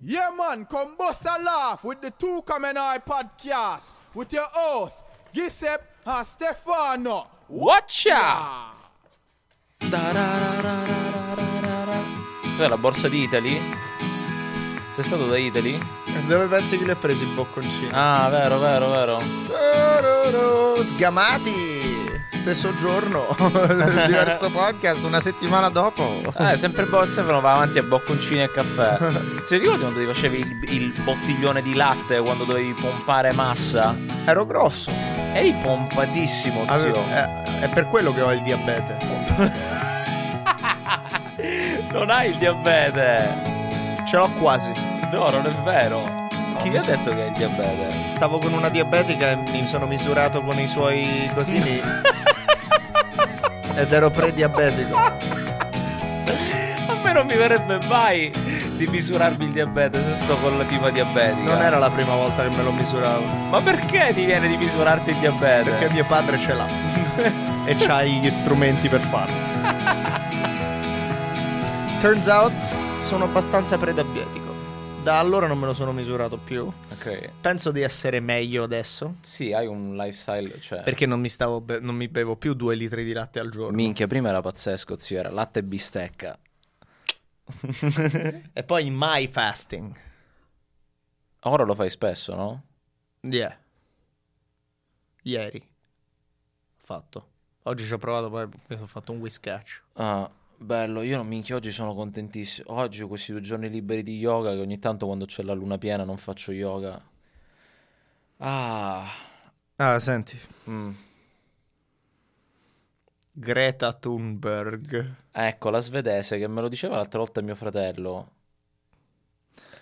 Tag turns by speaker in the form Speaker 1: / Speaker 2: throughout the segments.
Speaker 1: Yeah, man, come bust a laugh with the Two Common Eye podcast with your hosts, Giuseppe and Stefano.
Speaker 2: Watcha!
Speaker 1: Ah.
Speaker 2: Cos'è la borsa di Italy? Sei stato da Italy?
Speaker 3: E Dove pensi che li ha presi il bocconcino?
Speaker 2: Ah, vero, vero, vero.
Speaker 3: Tororo, Sgamati! Stesso giorno, diverso podcast, una settimana dopo.
Speaker 2: Eh, sempre borsa però va avanti a bocconcini e caffè. Ti ricordi quando ti facevi il, il bottiglione di latte quando dovevi pompare massa?
Speaker 3: Ero grosso.
Speaker 2: Eri pompatissimo, zio.
Speaker 3: Avevo- eh, è per quello che ho il diabete.
Speaker 2: Non hai il diabete.
Speaker 3: Ce l'ho quasi.
Speaker 2: No, non è vero. Chi vi ha
Speaker 3: mi-
Speaker 2: detto che hai il diabete?
Speaker 3: Stavo con una diabetica e mi sono misurato con i suoi cosini. Ed ero prediabetico.
Speaker 2: A me non mi verrebbe mai di misurarmi il diabete se sto con la tipa diabetica.
Speaker 3: Non era la prima volta che me lo misuravo.
Speaker 2: Ma perché ti viene di misurarti il diabete?
Speaker 3: Perché mio padre ce l'ha. e c'ha gli strumenti per farlo. Turns out sono abbastanza prediabetico. Da allora non me lo sono misurato più.
Speaker 2: Ok.
Speaker 3: Penso di essere meglio adesso.
Speaker 2: Sì, hai un lifestyle, cioè...
Speaker 3: Perché non mi, stavo be- non mi bevo più due litri di latte al giorno.
Speaker 2: Minchia, prima era pazzesco, zio, era latte e bistecca.
Speaker 3: E poi mai fasting.
Speaker 2: Ora lo fai spesso, no?
Speaker 3: Yeah. Ieri. Fatto. Oggi ci ho provato, poi mi sono fatto un whiskaccio.
Speaker 2: Ah, bello, io non minchia, oggi sono contentissimo. Oggi questi due giorni liberi di yoga, che ogni tanto quando c'è la luna piena non faccio yoga. Ah,
Speaker 3: Ah, senti.
Speaker 2: mm.
Speaker 3: Greta Thunberg.
Speaker 2: Ecco, la svedese che me lo diceva l'altra volta mio fratello.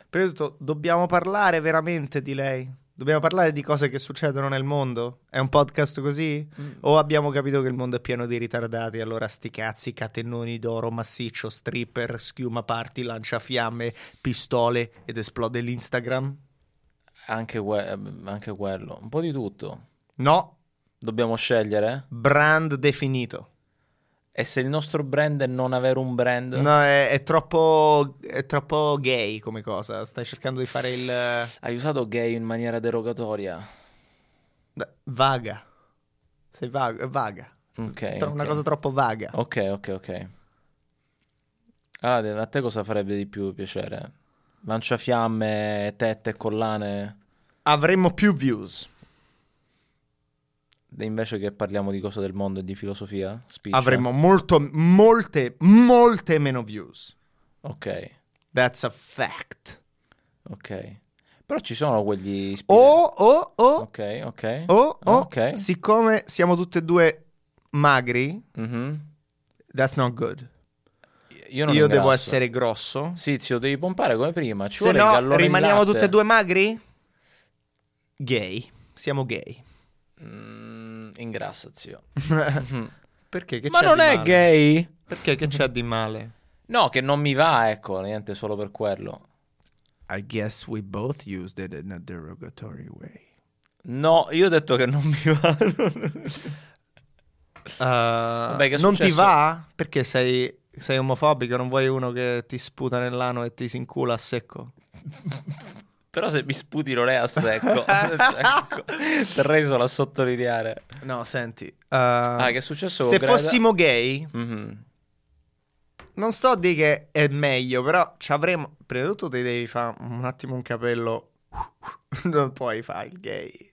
Speaker 3: Prima di tutto, dobbiamo parlare veramente di lei? Dobbiamo parlare di cose che succedono nel mondo? È un podcast così? O abbiamo capito che il mondo è pieno di ritardati, allora sti cazzi, catennoni d'oro massiccio, stripper, schiuma party, lanciafiamme, pistole ed esplode l'Instagram?
Speaker 2: Anche, que- ehm, anche quello, un po' di tutto.
Speaker 3: No,
Speaker 2: Dobbiamo scegliere?
Speaker 3: brand definito.
Speaker 2: E se il nostro brand è non avere un brand?
Speaker 3: No, è, è troppo, è troppo gay come cosa. Stai cercando di fare il...
Speaker 2: Hai usato gay in maniera derogatoria.
Speaker 3: Beh, Vaga. Sei vaga. vaga.
Speaker 2: Ok.
Speaker 3: Tro-
Speaker 2: Eh, ok.
Speaker 3: Una
Speaker 2: Oh.
Speaker 3: cosa troppo vaga.
Speaker 2: Ok, ok, ok. Allora, a te cosa farebbe di più piacere? Lanciafiamme, tette, e collane?
Speaker 3: Avremmo più views.
Speaker 2: E Invece che parliamo di cose del mondo e di filosofia? Spiccia.
Speaker 3: avremo molto, molte, molte meno views.
Speaker 2: Ok,
Speaker 3: That's a fact.
Speaker 2: ok. Però ci sono quegli... spin-
Speaker 3: O, o, o,
Speaker 2: Ok, ok.
Speaker 3: o, o,
Speaker 2: Ok.
Speaker 3: siccome siamo tutti e due magri,
Speaker 2: Mhm.
Speaker 3: that's not good.
Speaker 2: Io
Speaker 3: Io,
Speaker 2: non
Speaker 3: devo
Speaker 2: ingrasso.
Speaker 3: essere grosso.
Speaker 2: Sì, zio, devi pompare come prima. Ci
Speaker 3: Se
Speaker 2: vuole il
Speaker 3: no,
Speaker 2: gallone di
Speaker 3: rimaniamo
Speaker 2: latte.
Speaker 3: tutti e due magri? Gay. Siamo gay.
Speaker 2: Mm, ingrassa, zio.
Speaker 3: Perché? Che
Speaker 2: Ma
Speaker 3: c'è
Speaker 2: non
Speaker 3: di
Speaker 2: è
Speaker 3: male?
Speaker 2: gay?
Speaker 3: Perché? Che c'è di male?
Speaker 2: No, che non mi va, ecco, niente, solo per quello.
Speaker 3: I guess we both used it in a derogatory way.
Speaker 2: No, io ho detto che non mi va. Vabbè, che è
Speaker 3: Eh, non ti
Speaker 2: successo?
Speaker 3: va? Perché sei, sei omofobico, non vuoi uno che ti sputa nell'ano e ti si incula a secco.
Speaker 2: Però se mi sputi non è a secco. ecco, terrei solo a sottolineare.
Speaker 3: No, senti. eh,
Speaker 2: Ah, che è successo con
Speaker 3: se
Speaker 2: Greta?
Speaker 3: fossimo gay,
Speaker 2: Mhm.
Speaker 3: non sto a dire che è meglio, però ci avremmo... Prima di tutto ti devi fare un attimo un capello. non puoi fare il gay.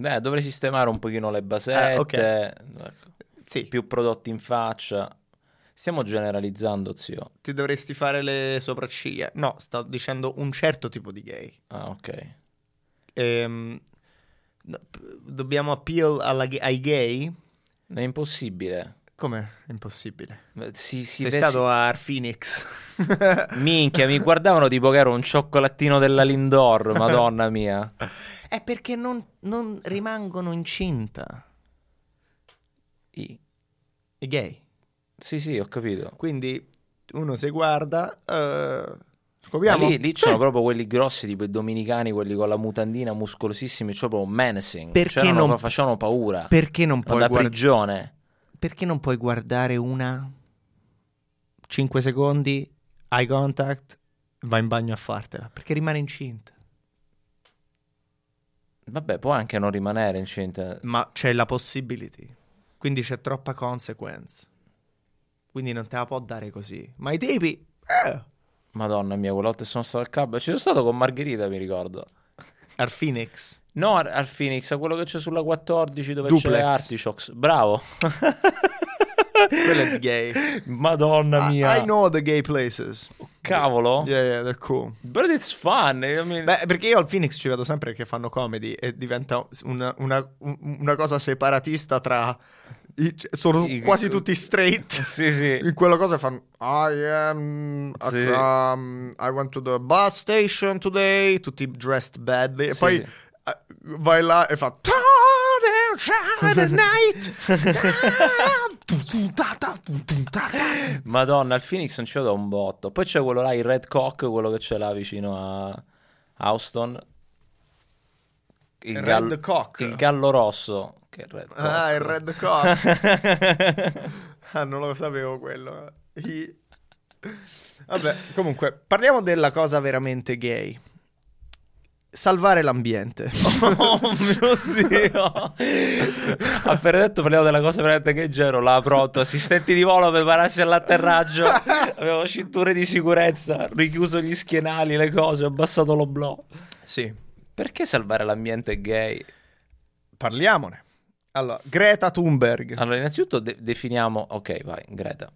Speaker 2: Eh, dovrei sistemare un pochino le basette.
Speaker 3: Ah, ok.
Speaker 2: ecco,
Speaker 3: Sì,
Speaker 2: Più prodotti in faccia. Stiamo generalizzando, zio.
Speaker 3: ti dovresti fare le sopracciglia. No, sto dicendo un certo tipo di gay.
Speaker 2: Ah, ok.
Speaker 3: Ehm, no, p- dobbiamo appeal alla gay- ai gay?
Speaker 2: È impossibile.
Speaker 3: Come? Impossibile.
Speaker 2: Eh, Si, si
Speaker 3: Sei
Speaker 2: vesti-
Speaker 3: stato a Phoenix.
Speaker 2: Minchia, mi guardavano tipo che ero un cioccolatino della Lindor, madonna mia.
Speaker 3: È perché non, non rimangono incinta.
Speaker 2: I-
Speaker 3: I gay.
Speaker 2: Sì, sì, ho capito.
Speaker 3: Quindi uno si guarda. eh, scopriamo.
Speaker 2: Ma lì, lì
Speaker 3: Sì.
Speaker 2: c'erano proprio quelli grossi, tipo i dominicani, quelli con la mutandina muscolosissimi, cioè proprio menacing.
Speaker 3: Perché
Speaker 2: C'erano-
Speaker 3: non-
Speaker 2: facevano paura.
Speaker 3: Perché non, puoi
Speaker 2: da
Speaker 3: guard-
Speaker 2: prigione.
Speaker 3: perché non puoi guardare una 5 secondi, eye contact va in bagno a fartela, perché rimane incinta.
Speaker 2: Vabbè, può anche non rimanere incinta.
Speaker 3: Ma c'è la possibility, quindi c'è troppa consequence. Quindi non te la può dare così. Ma i tipi... eh,
Speaker 2: Madonna mia, quella volta che sono stato al club. Ci sono stato con Margherita, mi ricordo.
Speaker 3: Al Phoenix.
Speaker 2: No, al, al Phoenix, a quello che c'è sulla 14 dove c'è
Speaker 3: Duplex.
Speaker 2: le Artichokes. Bravo.
Speaker 3: Quello è di gay.
Speaker 2: Madonna mia.
Speaker 3: I, I know the gay places.
Speaker 2: Cavolo.
Speaker 3: Yeah, yeah, they're cool.
Speaker 2: But it's fun. I mean-
Speaker 3: Beh, perché io al Phoenix ci vado sempre che fanno comedy e diventa una, una- una cosa separatista tra... i- sono
Speaker 2: I-
Speaker 3: quasi tutti straight.
Speaker 2: Sì, sì.
Speaker 3: In quella cosa fanno I am at,
Speaker 2: Sì.
Speaker 3: um, I went to the bus station today Tutti dressed badly E
Speaker 2: Sì,
Speaker 3: poi
Speaker 2: sì.
Speaker 3: eh, vai là e fa Saturday night
Speaker 2: Madonna, al Phoenix non ci vado da un botto. Poi c'è quello là, il Red Cock, quello che c'è là vicino a Houston. Il,
Speaker 3: Red
Speaker 2: gallo-
Speaker 3: Cock.
Speaker 2: il gallo rosso. Che è Red Cock.
Speaker 3: Ah il red cock Ah non lo sapevo quello I- Vabbè comunque parliamo della cosa veramente gay Salvare l'ambiente
Speaker 2: Oh mio Dio! Appena detto parliamo della cosa veramente che Gero l'ha pronto, assistenti di volo prepararsi all'atterraggio, avevo cinture di sicurezza, richiuso gli schienali, le cose, ho abbassato l'oblò.
Speaker 3: Sì
Speaker 2: Perché salvare l'ambiente gay?
Speaker 3: Parliamone. Allora, Greta Thunberg.
Speaker 2: Allora, innanzitutto de- definiamo, ok, vai, Greta.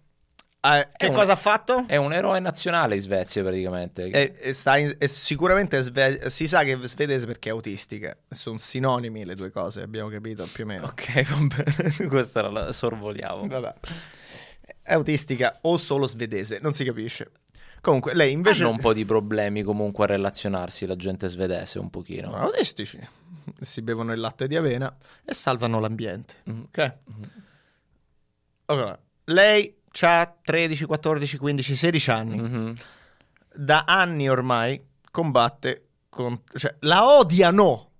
Speaker 3: Eh,
Speaker 2: è
Speaker 3: che
Speaker 2: un-
Speaker 3: cosa ha fatto?
Speaker 2: È un eroe nazionale in Svezia praticamente.
Speaker 3: È- è sta in- è sicuramente sve- si sa che è svedese perché è autistica. Sono sinonimi le due cose, abbiamo capito più o meno.
Speaker 2: Ok, va bene, questa era la sorvoliamo.
Speaker 3: Vabbè. È autistica o solo svedese, non si capisce. Comunque, lei invece...
Speaker 2: Hanno un po' di problemi comunque a relazionarsi la gente svedese un pochino.
Speaker 3: Sono autistici. Si bevono il latte di avena e salvano l'ambiente.
Speaker 2: Mhm.
Speaker 3: Ok? Allora, lei ha 13, 14, 15, 16 anni.
Speaker 2: Mhm.
Speaker 3: da anni ormai combatte con... Cioè, la odiano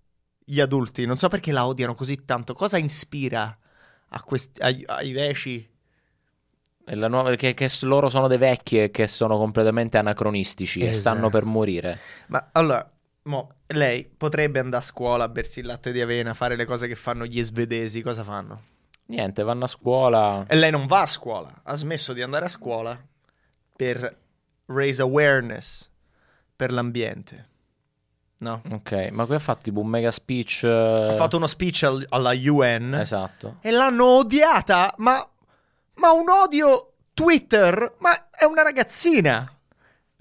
Speaker 3: gli adulti. Non so perché la odiano così tanto. Cosa ispira a questi, ai, ai veci?
Speaker 2: E la nuova, che, che s- loro sono dei vecchi e che sono completamente anacronistici e
Speaker 3: Esatto.
Speaker 2: stanno per morire.
Speaker 3: Ma allora, mo, lei potrebbe andare a scuola, bersi il latte di avena, fare le cose che fanno gli svedesi. Cosa fanno?
Speaker 2: Niente, vanno a scuola.
Speaker 3: E lei non va a scuola. Ha smesso di andare a scuola per raise awareness per l'ambiente. No?
Speaker 2: Ok, ma qui ha fatto tipo un mega speech. eh,
Speaker 3: Ha fatto uno speech al- alla UN.
Speaker 2: Esatto.
Speaker 3: e l'hanno odiata, ma, ma un odio Twitter, ma è una ragazzina.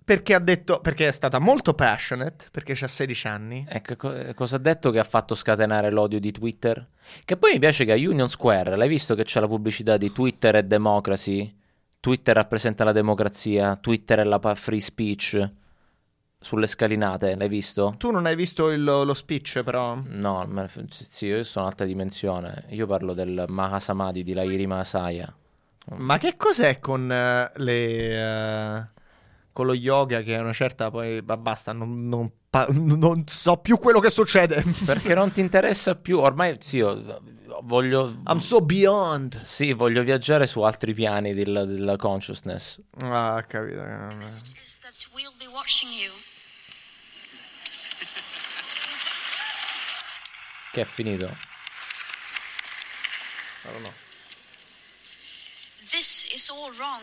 Speaker 3: Perché ha detto, perché è stata molto passionate, perché ha 16 anni.
Speaker 2: E che co- eh, cosa ha detto che ha fatto scatenare l'odio di Twitter? Che poi mi piace che a Union Square, l'hai visto che c'è la pubblicità di Twitter e Democracy? Twitter rappresenta la democrazia, Twitter è la pa- free speech sulle scalinate, l'hai visto?
Speaker 3: Tu non hai visto il- lo speech, però.
Speaker 2: No, ma- f- sì, io sono alta dimensione. Io parlo del Mahasamadhi di Lahiri Mahasaya.
Speaker 3: Ma che cos'è con eh, le. eh, con lo yoga che è una certa. Poi. ma basta, non, non pa- non so più quello che succede.
Speaker 2: Perché non ti interessa più? Ormai sì, io voglio.
Speaker 3: I'm so beyond.
Speaker 2: Sì, voglio viaggiare su altri piani del- della consciousness.
Speaker 3: Ah, capito.
Speaker 4: message is that we'll be watching you.
Speaker 2: Che è finito.
Speaker 4: This is all wrong.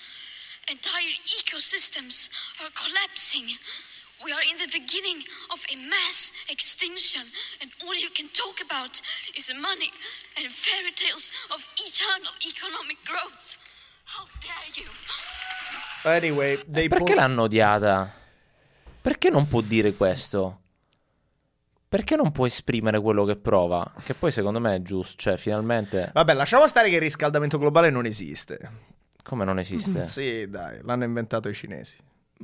Speaker 4: entire ecosystems are collapsing. We are in the beginning of a mass extinction, and all you can talk about is money and fairy tales of eternal economic growth. How dare you!
Speaker 3: Anyway, they
Speaker 2: Eh, Perché
Speaker 3: put-
Speaker 2: l'hanno odiata? Perché non può dire questo? Perché non può esprimere quello che prova? Che poi secondo me è giusto. Cioè, finalmente.
Speaker 3: Vabbè, lasciamo stare che il riscaldamento globale non esiste.
Speaker 2: Come non esiste?
Speaker 3: Sì, dai, l'hanno inventato i cinesi.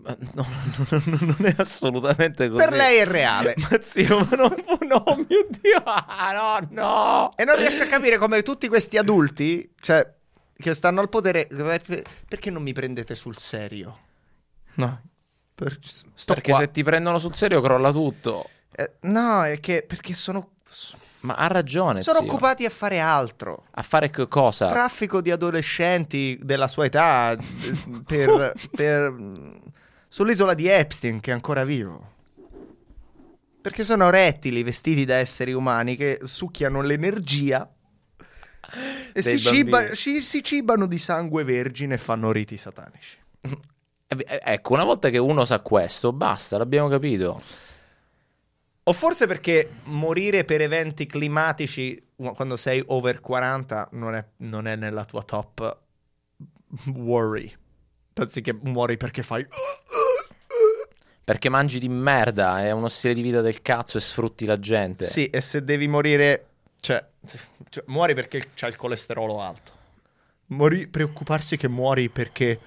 Speaker 2: Ma No, no, no, no, non è assolutamente così.
Speaker 3: Per lei è reale.
Speaker 2: Ma zio, ma non, no, mio Dio, ah, no, no.
Speaker 3: E non riesce a capire come tutti questi adulti, cioè, che stanno al potere, eh, perché non mi prendete sul serio? No, per- sto
Speaker 2: Perché
Speaker 3: qua.
Speaker 2: se ti prendono sul serio crolla tutto.
Speaker 3: Eh, no, è che perché sono,
Speaker 2: Eh Ma Ah. ha ragione,
Speaker 3: sono
Speaker 2: zio.
Speaker 3: occupati a fare altro.
Speaker 2: A fare che cosa?
Speaker 3: Traffico di adolescenti della sua età eh, per, per- sull'isola di Epstein che è ancora vivo. Perché sono rettili vestiti da esseri umani che succhiano l'energia e
Speaker 2: Dei
Speaker 3: si, ciba-
Speaker 2: bambini.
Speaker 3: ci- si cibano di sangue vergine e fanno riti satanici.
Speaker 2: Eh, eh, Ecco, una volta che uno sa questo, basta, l'abbiamo capito.
Speaker 3: O forse perché morire per eventi climatici u- quando sei over 40 non è, non è nella tua top worry. Pensi che muori perché fai...
Speaker 2: Perché mangi di merda, è uno stile di vita del cazzo e sfrutti la gente.
Speaker 3: Sì, e se devi morire... Cioè, cioè, muori perché c'hai il colesterolo alto. Mori- preoccuparsi che muori perché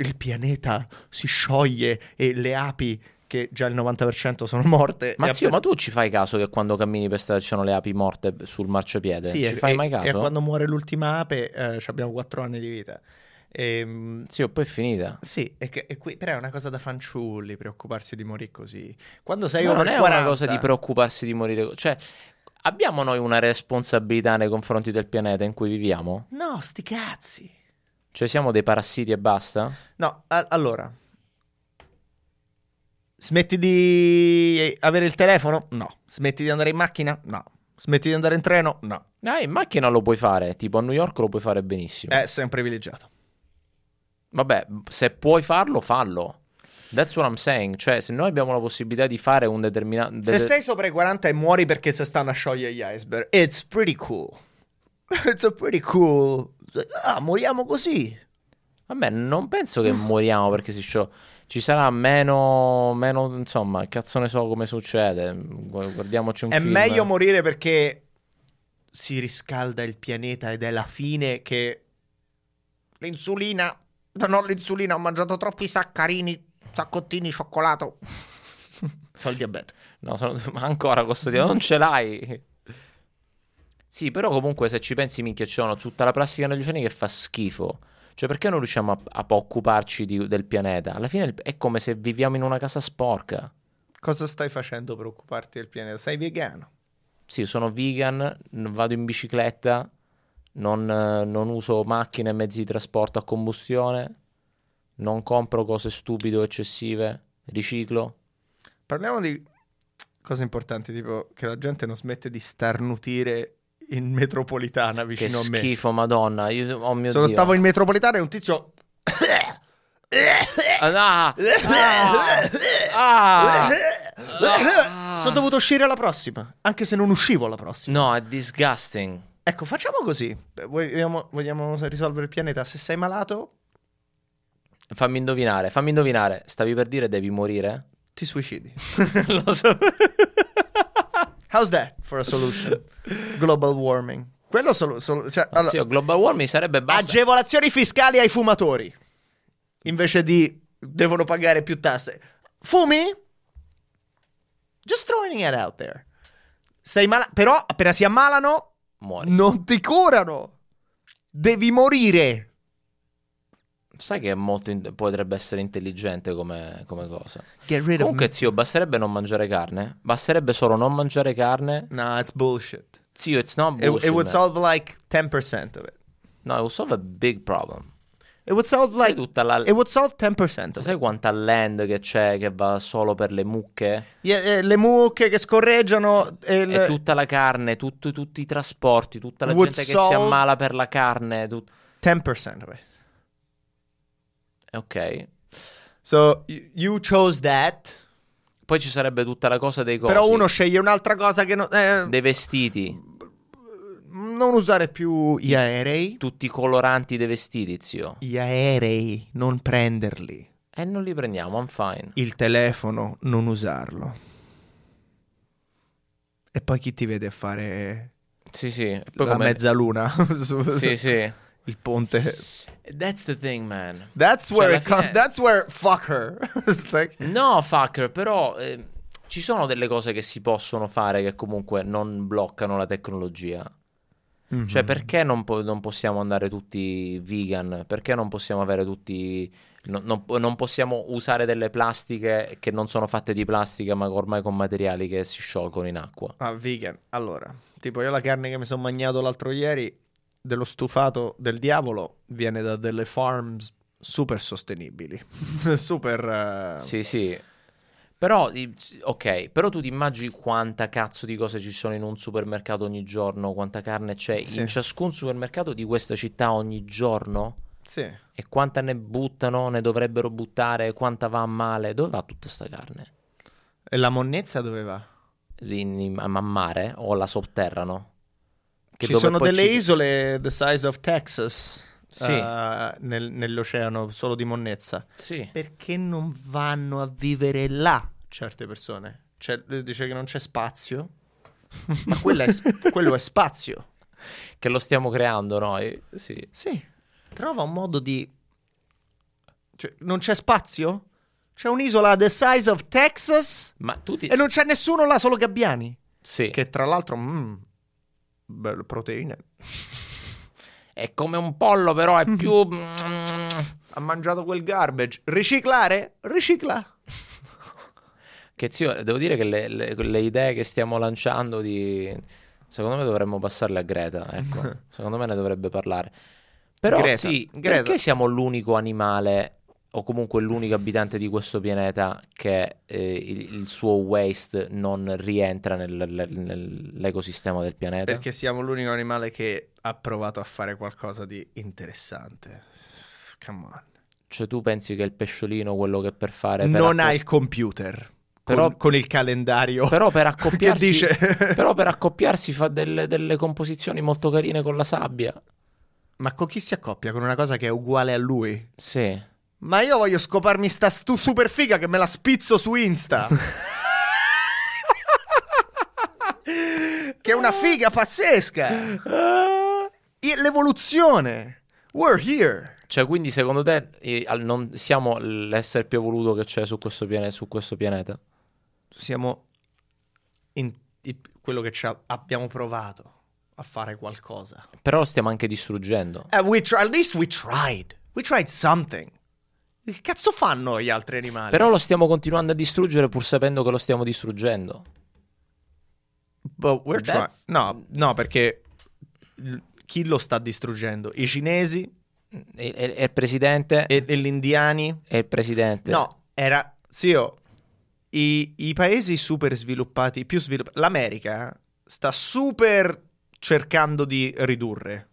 Speaker 3: il pianeta si scioglie e le api, che già il 90% sono morte...
Speaker 2: Ma
Speaker 3: e
Speaker 2: zio,
Speaker 3: appena-
Speaker 2: ma tu ci fai caso che quando cammini per strada ci sono le api morte sul marciapiede?
Speaker 3: Sì,
Speaker 2: ci
Speaker 3: e-
Speaker 2: fai
Speaker 3: e-
Speaker 2: mai
Speaker 3: E
Speaker 2: caso?
Speaker 3: quando muore l'ultima ape eh, ci abbiamo 4 anni di vita. Ehm,
Speaker 2: Zio, poi è finita.
Speaker 3: sì, e che- e qui- però è una cosa da fanciulli preoccuparsi di morire così. Quando sei
Speaker 2: Ma
Speaker 3: over
Speaker 2: non è
Speaker 3: 40,
Speaker 2: una cosa di preoccuparsi di morire. Cioè, abbiamo noi una responsabilità nei confronti del pianeta in cui viviamo?
Speaker 3: No, sti cazzi.
Speaker 2: Cioè, siamo dei parassiti e basta?
Speaker 3: No, a- allora. Smetti di avere il telefono? No. Smetti di andare in macchina? No. Smetti di andare in treno? No.
Speaker 2: Ah, in macchina lo puoi fare, tipo a New York lo puoi fare benissimo.
Speaker 3: Eh, sei un privilegiato.
Speaker 2: Vabbè, se puoi farlo, fallo. That's what I'm saying. Cioè, se noi abbiamo la possibilità di fare un determinato.
Speaker 3: Se sei sopra i 40 e muori perché si stanno a sciogliere gli iceberg, it's pretty cool. It's a pretty cool. Ah, moriamo così.
Speaker 2: Vabbè, non penso che moriamo perché si scioglie. Ci sarà meno, meno, insomma, cazzo ne so come succede. Gu- Guardiamoci un
Speaker 3: È
Speaker 2: film.
Speaker 3: meglio morire perché si riscalda il pianeta ed è la fine che l'insulina. No, l'insulina, ho mangiato troppi saccarini, saccottini, cioccolato. Ho il diabete.
Speaker 2: No, sono- ma ancora questo dio, non ce l'hai. Sì, però comunque se ci pensi, minchia, c'è una- tutta la plastica negli oceani che fa schifo. Cioè, perché non riusciamo a, a occuparci di- del pianeta? Alla fine è come se viviamo in una casa sporca.
Speaker 3: Cosa stai facendo per occuparti del pianeta? Sei vegano.
Speaker 2: Sì, sono vegan, n- vado in bicicletta, non, eh, non uso macchine e mezzi di trasporto a combustione, non compro cose stupide o eccessive, riciclo.
Speaker 3: Parliamo di cose importanti, tipo che la gente non smette di starnutire in metropolitana
Speaker 2: Che
Speaker 3: vicino a me.
Speaker 2: schifo, madonna. Io, oh mio
Speaker 3: Solo
Speaker 2: Dio.
Speaker 3: stavo in metropolitana e un tizio.
Speaker 2: Ah, no! Ah! Ah! Ah!
Speaker 3: Sono dovuto uscire alla prossima, anche se non uscivo alla prossima.
Speaker 2: No, è disgusting.
Speaker 3: Ecco, facciamo così. Beh, Vogliamo, vogliamo risolvere il pianeta. Se sei malato,
Speaker 2: Fammi indovinare, fammi indovinare. Stavi per dire devi morire?
Speaker 3: ti suicidi.
Speaker 2: Lo so.
Speaker 3: How's that for a solution? Global warming. Quello solo. solo- cioè, allora-
Speaker 2: Zio, oh, global warming sarebbe basta.
Speaker 3: Agevolazioni fiscali ai fumatori. Invece di devono pagare più tasse. Fumi? Just throwing it out there. Sei mala- però appena si ammalano
Speaker 2: Muori.
Speaker 3: non ti curano. Devi morire.
Speaker 2: Sai che è molto in- potrebbe essere intelligente come, come cosa.
Speaker 3: Get rid
Speaker 2: Comunque, zio, basterebbe non mangiare carne? Basterebbe solo non mangiare carne?
Speaker 3: No, it's bullshit.
Speaker 2: Zio, it's not
Speaker 3: It-
Speaker 2: bullshit.
Speaker 3: it would
Speaker 2: man.
Speaker 3: solve like 10% of it.
Speaker 2: No, it would solve a big problem.
Speaker 3: It would solve
Speaker 2: Sai
Speaker 3: like
Speaker 2: tutta la-
Speaker 3: It would solve 10% of it.
Speaker 2: Sai quanta land che c'è che va solo per le mucche?
Speaker 3: Yeah, eh, le mucche che scorreggiano e il-
Speaker 2: E tutta la carne, tutto- tutti i trasporti, tutta la
Speaker 3: Would
Speaker 2: gente che si
Speaker 3: solve-
Speaker 2: ammala per la carne. tut- Eh,
Speaker 3: 10% of it.
Speaker 2: Ok.
Speaker 3: So you- you chose that.
Speaker 2: Poi ci sarebbe tutta la cosa dei cosi,
Speaker 3: Però uno sceglie un'altra cosa che non. eh,
Speaker 2: dei vestiti,
Speaker 3: non usare più gli aerei.
Speaker 2: tutti i coloranti dei vestiti, zio.
Speaker 3: Gli aerei, non prenderli.
Speaker 2: E non li prendiamo, I'm fine.
Speaker 3: Il telefono, non usarlo. E poi chi ti vede fare
Speaker 2: Sì, sì. Poi
Speaker 3: la
Speaker 2: come...
Speaker 3: mezzaluna? su-
Speaker 2: Sì, sì.
Speaker 3: il ponte.
Speaker 2: That's the thing, man.
Speaker 3: That's
Speaker 2: Cioè,
Speaker 3: where,
Speaker 2: alla
Speaker 3: it com-
Speaker 2: fine-
Speaker 3: that's where fuck her. It's like-
Speaker 2: No, fucker, però eh, ci sono delle cose che si possono fare che comunque non bloccano la tecnologia.
Speaker 3: Mm.
Speaker 2: Cioè, perché non, po- non possiamo andare tutti vegan? Perché non possiamo avere tutti. no- non, non possiamo usare delle plastiche che non sono fatte di plastica, ma ormai con materiali che si sciolgono in acqua.
Speaker 3: Ah, vegan. Allora, tipo io la carne che mi sono mangiato l'altro ieri dello stufato del diavolo viene da delle farms super sostenibili. super eh,
Speaker 2: Sì, sì. Però, i- sì, ok, però tu ti immagini quanta cazzo di cose ci sono in un supermercato ogni giorno, quanta carne c'è
Speaker 3: Sì.
Speaker 2: in ciascun supermercato di questa città ogni giorno
Speaker 3: sì.
Speaker 2: e quanta ne buttano, ne dovrebbero buttare, quanta va a male, dove va tutta sta carne?
Speaker 3: E la monnezza dove va?
Speaker 2: In, in- a mare o la sotterrano? Che
Speaker 3: ci
Speaker 2: dove
Speaker 3: sono
Speaker 2: poi
Speaker 3: delle
Speaker 2: ci-
Speaker 3: isole the size of Texas
Speaker 2: Sì.
Speaker 3: eh, nel- nell'oceano solo di monnezza.
Speaker 2: Sì.
Speaker 3: Perché non vanno a vivere là certe persone? Cioè, lui dice che non c'è spazio, ma quella è sp- quello è spazio.
Speaker 2: Che lo stiamo creando noi? Sì.
Speaker 3: Sì, trova un modo di... Cioè, non c'è spazio? C'è un'isola the size of Texas
Speaker 2: Ma tu ti...
Speaker 3: e non c'è nessuno là, solo gabbiani.
Speaker 2: Sì.
Speaker 3: Eh, Che tra l'altro... mm, bello, proteine.
Speaker 2: È come un pollo però, è più... mm,
Speaker 3: Ha mangiato quel garbage. Riciclare? Ricicla.
Speaker 2: Che zio, devo dire che le, le- le idee che stiamo lanciando di... Secondo me dovremmo passarle a Greta, ecco. Secondo me ne dovrebbe parlare. Però
Speaker 3: Greta,
Speaker 2: sì,
Speaker 3: Greta.
Speaker 2: perché siamo l'unico animale o comunque l'unico abitante di questo pianeta che eh, il, il suo waste non rientra nel- nel- nell'ecosistema del pianeta?
Speaker 3: Perché siamo l'unico animale che ha provato a fare qualcosa di interessante. Come on.
Speaker 2: Cioè tu pensi che il pesciolino, quello che per fare... per
Speaker 3: Non
Speaker 2: accop-
Speaker 3: ha il computer.
Speaker 2: Però-
Speaker 3: Con, con il calendario.
Speaker 2: Però per accoppiarsi...
Speaker 3: Che dice...
Speaker 2: Però per accoppiarsi fa delle, delle composizioni molto carine con la sabbia.
Speaker 3: Ma con chi si accoppia? Con una cosa che è uguale a lui?
Speaker 2: Sì.
Speaker 3: Ma io voglio scoparmi sta stu- super figa che me la spizzo su Insta. che è una figa pazzesca. I- L'evoluzione. We're here.
Speaker 2: Cioè, quindi secondo te eh, al- non siamo l'essere più evoluto che c'è su questo, piane- su questo pianeta?
Speaker 3: Siamo in i- quello che ci ha- abbiamo provato a fare qualcosa.
Speaker 2: Però lo stiamo anche distruggendo.
Speaker 3: Eh, we tr- at least we tried. We tried something. Che cazzo fanno gli altri animali?
Speaker 2: Però lo stiamo continuando a distruggere pur sapendo che lo stiamo distruggendo.
Speaker 3: But Boh, we're try-
Speaker 2: That's-
Speaker 3: No, no, perché l- chi lo sta distruggendo? I cinesi
Speaker 2: E, e- e il presidente. E,
Speaker 3: e, e gli indiani?
Speaker 2: il presidente.
Speaker 3: No, era zio. I, i paesi super sviluppati, più sviluppati, l'America eh, sta super cercando di ridurre.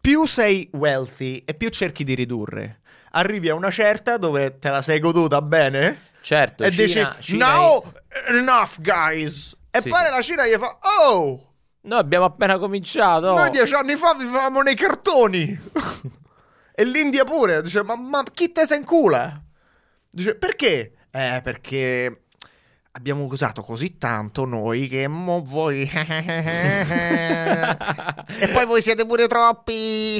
Speaker 3: Più sei wealthy e più cerchi di ridurre. Arrivi a una certa dove te la sei goduta bene
Speaker 2: Certo.
Speaker 3: e
Speaker 2: Cina-
Speaker 3: dici
Speaker 2: Cina-
Speaker 3: now enough guys. E
Speaker 2: Sì,
Speaker 3: poi
Speaker 2: sì.
Speaker 3: la Cina gli fa oh
Speaker 2: Noi abbiamo appena cominciato.
Speaker 3: Noi dieci anni fa vivevamo nei cartoni. e l'India pure. Dice, ma, ma chi te se incula? Dice, perché? Eh, perché abbiamo usato così tanto noi che mo voi...
Speaker 2: "Eh."
Speaker 3: e poi voi siete pure troppi.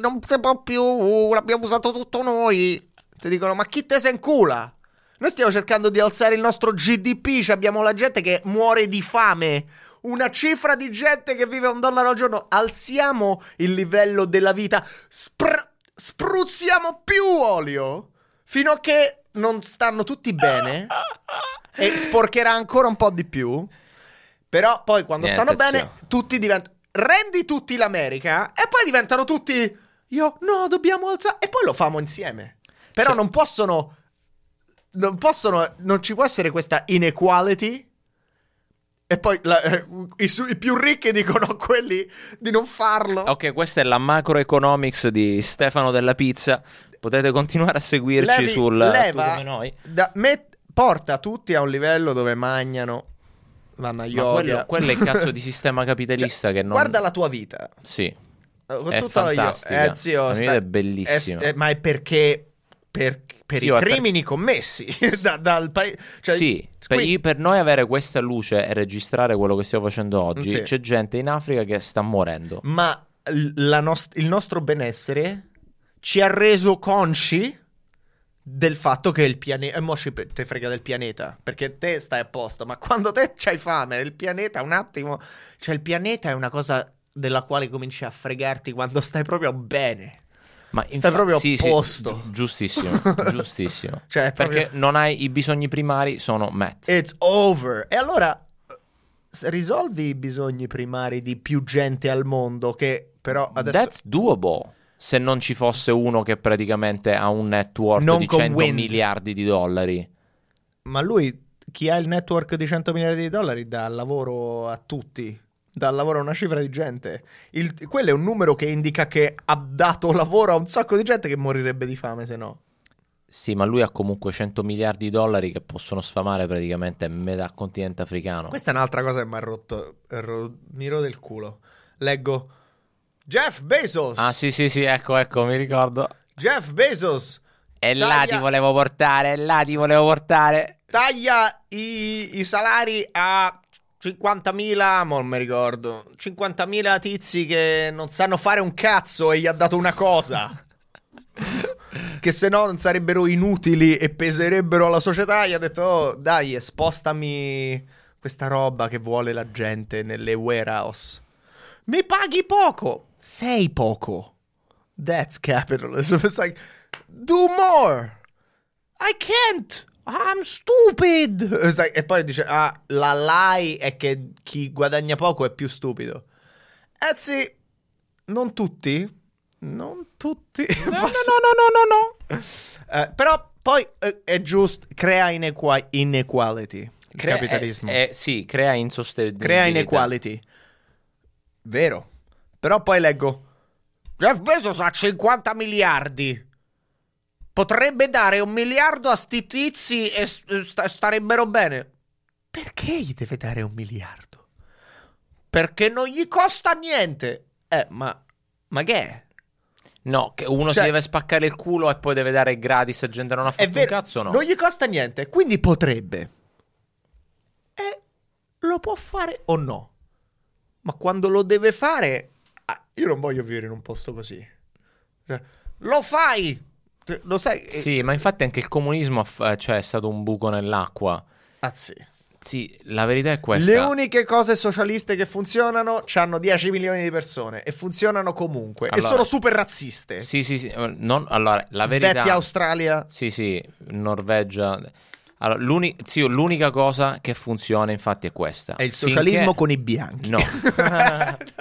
Speaker 3: non si può più. L'abbiamo usato tutto noi. Ti dicono, ma chi te se incula? Noi stiamo cercando di alzare il nostro GDP, ci abbiamo la gente che muore di fame, una cifra di gente che vive un dollaro al giorno, alziamo il livello della vita, Spr- spruzziamo più olio, fino a che non stanno tutti bene e sporcherà ancora un po' di più, però poi quando
Speaker 2: Niente,
Speaker 3: stanno bene
Speaker 2: zio.
Speaker 3: tutti diventano, rendi tutti l'America e poi diventano tutti, io no, dobbiamo alzare, e poi lo famo insieme, però
Speaker 2: Cioè-
Speaker 3: non possono non possono, non ci può essere questa inequality. E poi la- eh, i, su- i più ricchi dicono a quelli di non farlo.
Speaker 2: Ok, questa è la macroeconomics di Stefano della Pizza. Potete continuare a seguirci
Speaker 3: Levi-
Speaker 2: sul tu
Speaker 3: leva,
Speaker 2: come noi.
Speaker 3: da- met- porta tutti a un livello dove magnano, vanno a
Speaker 2: Ma
Speaker 3: yoga.
Speaker 2: quello, quello è il cazzo di sistema capitalista che non.
Speaker 3: Cioè, Guarda la tua vita.
Speaker 2: Sì.
Speaker 3: Con
Speaker 2: È
Speaker 3: tutta la io-
Speaker 2: fantastica.
Speaker 3: eh, zio,
Speaker 2: La mia
Speaker 3: sta-
Speaker 2: vita è bellissima.
Speaker 3: eh, ma è perché per, per
Speaker 2: Zio,
Speaker 3: i
Speaker 2: è per-
Speaker 3: crimini commessi da- dal paese. Cioè,
Speaker 2: sì, per,
Speaker 3: qui-
Speaker 2: i- per noi avere questa luce e registrare quello che stiamo facendo oggi,
Speaker 3: Sì.
Speaker 2: c'è gente in Africa che sta morendo.
Speaker 3: Ma l- la nost- il nostro benessere ci ha reso consci del fatto che il pianeta... Mo ci pe- te frega del pianeta, perché te stai a posto, ma quando te c'hai fame, il pianeta un attimo... Cioè il pianeta è una cosa della quale cominci a fregarti quando stai proprio bene.
Speaker 2: Ma
Speaker 3: Stai proprio a
Speaker 2: sì, sì,
Speaker 3: posto.
Speaker 2: giu- giustissimo, giustissimo.
Speaker 3: Cioè, è proprio-
Speaker 2: Perché non hai i bisogni primari, sono met.
Speaker 3: It's over. E allora s- risolvi i bisogni primari di più gente al mondo che però adesso
Speaker 2: That's doable. Se non ci fosse uno che praticamente ha un net worth
Speaker 3: Non
Speaker 2: di
Speaker 3: con
Speaker 2: 100
Speaker 3: Wind.
Speaker 2: miliardi di dollari.
Speaker 3: ma lui chi ha il network di 100 miliardi di dollari dà lavoro a tutti. Dà lavoro a una cifra di gente. Il- quello è un numero che indica che ha dato lavoro a un sacco di gente che morirebbe di fame, se no.
Speaker 2: Sì, ma lui ha comunque 100 miliardi di dollari che possono sfamare praticamente metà continente africano.
Speaker 3: Questa è un'altra cosa che mi ha rotto. ro- mi rode il culo. Leggo Jeff Bezos.
Speaker 2: Ah, sì, sì, sì, ecco, ecco, mi ricordo.
Speaker 3: Jeff Bezos
Speaker 2: E
Speaker 3: Taglia-
Speaker 2: là ti volevo portare, e là ti volevo portare.
Speaker 3: taglia i, i salari a 50.000, mo non mi ricordo, 50.000 tizi che non sanno fare un cazzo e gli ha dato una cosa. che se no non sarebbero inutili e peserebbero alla società, gli ha detto "Oh, dai, spostami questa roba che vuole la gente nelle warehouse. Mi paghi poco, sei poco. That's capitalism. It's like, do more. I can't. I'm stupid. It's like- e poi dice, ah, la lie è che chi guadagna poco è più stupido. Eh sì, non tutti. Non tutti. No, no, no, no, no, no. però poi eh, è giusto, crea inequa- inequality. Il
Speaker 2: Crea-
Speaker 3: capitalismo.
Speaker 2: eh, eh, sì, crea insostenibilità.
Speaker 3: Crea inequality. Vero. Però poi leggo. Jeff Bezos ha 50 miliardi. Potrebbe dare un miliardo a sti tizi e s- e sta- starebbero bene. Perché gli deve dare un miliardo? Perché non gli costa niente. Eh, ma... Ma che è?
Speaker 2: No, che uno
Speaker 3: Cioè-
Speaker 2: si deve spaccare il culo e poi deve dare gratis a gente che non ha
Speaker 3: È
Speaker 2: fatto un
Speaker 3: vero.
Speaker 2: cazzo, no?
Speaker 3: Non gli costa niente, quindi potrebbe. E lo può fare o no? Ma quando lo deve fare, ah, io non voglio vivere in un posto così. Cioè, Lo fai! Te- Lo sai? eh,
Speaker 2: Sì, ma infatti anche il comunismo ha f- eh, cioè, è stato un buco nell'acqua.
Speaker 3: anzi,
Speaker 2: Sì, la verità è questa.
Speaker 3: le uniche cose socialiste che funzionano hanno 10 milioni di persone e funzionano comunque
Speaker 2: Allora-
Speaker 3: e sono super razziste.
Speaker 2: Sì, sì, sì. eh, non- allora, la
Speaker 3: Svezia,
Speaker 2: verità...
Speaker 3: Australia.
Speaker 2: Sì, sì, Norvegia. Allora, l'uni- zio, l'unica cosa che funziona, infatti, è questa.
Speaker 3: È il
Speaker 2: Finché-
Speaker 3: socialismo con i bianchi.
Speaker 2: No,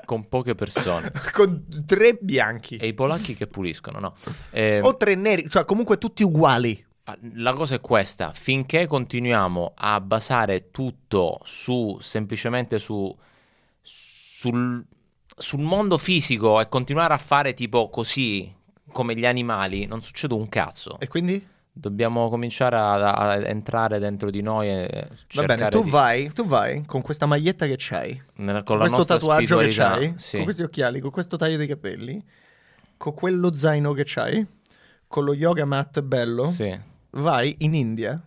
Speaker 2: con poche persone.
Speaker 3: con tre bianchi.
Speaker 2: E i polacchi che puliscono, no. Eh,
Speaker 3: o tre neri, cioè comunque tutti uguali.
Speaker 2: Ah, La cosa è questa, finché continuiamo a basare tutto su semplicemente su sul, sul mondo fisico e continuare a fare tipo così come gli animali, non succede un cazzo.
Speaker 3: E quindi?
Speaker 2: Dobbiamo cominciare a, a entrare dentro di noi e
Speaker 3: Va
Speaker 2: cercare
Speaker 3: bene, tu
Speaker 2: di-
Speaker 3: vai, tu vai con questa maglietta che c'hai,
Speaker 2: nella- con
Speaker 3: con
Speaker 2: la
Speaker 3: questo
Speaker 2: nostra
Speaker 3: tatuaggio che
Speaker 2: spiritualità,
Speaker 3: c'hai,
Speaker 2: sì.
Speaker 3: con questi occhiali, con questo taglio di capelli, con quello zaino che c'hai, con lo yoga mat bello,
Speaker 2: Sì.
Speaker 3: vai in India,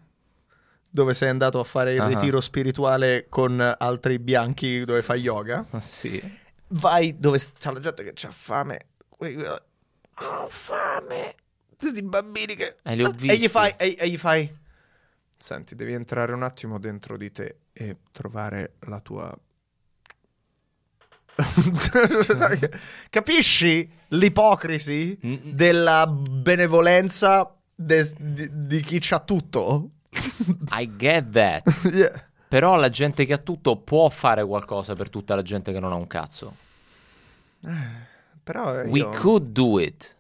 Speaker 3: dove sei andato a fare il
Speaker 2: Ah.
Speaker 3: ritiro spirituale con altri bianchi dove fai yoga.
Speaker 2: Sì.
Speaker 3: Vai dove s- c'è la gente che c'ha fame. Quei- Ho fame. Tutti i bambini che... Ah,
Speaker 2: Eh, li ho
Speaker 3: e gli
Speaker 2: visti.
Speaker 3: fai... E, e gli fai... Senti, devi entrare un attimo dentro di te e trovare la tua... Capisci l'ipocrisi
Speaker 2: Mm.
Speaker 3: della benevolenza de- di, di chi c'ha tutto?
Speaker 2: I get that.
Speaker 3: Yeah.
Speaker 2: Però la gente che ha tutto può fare qualcosa per tutta la gente che non ha un cazzo.
Speaker 3: Però eh,
Speaker 2: We
Speaker 3: io-
Speaker 2: could do it.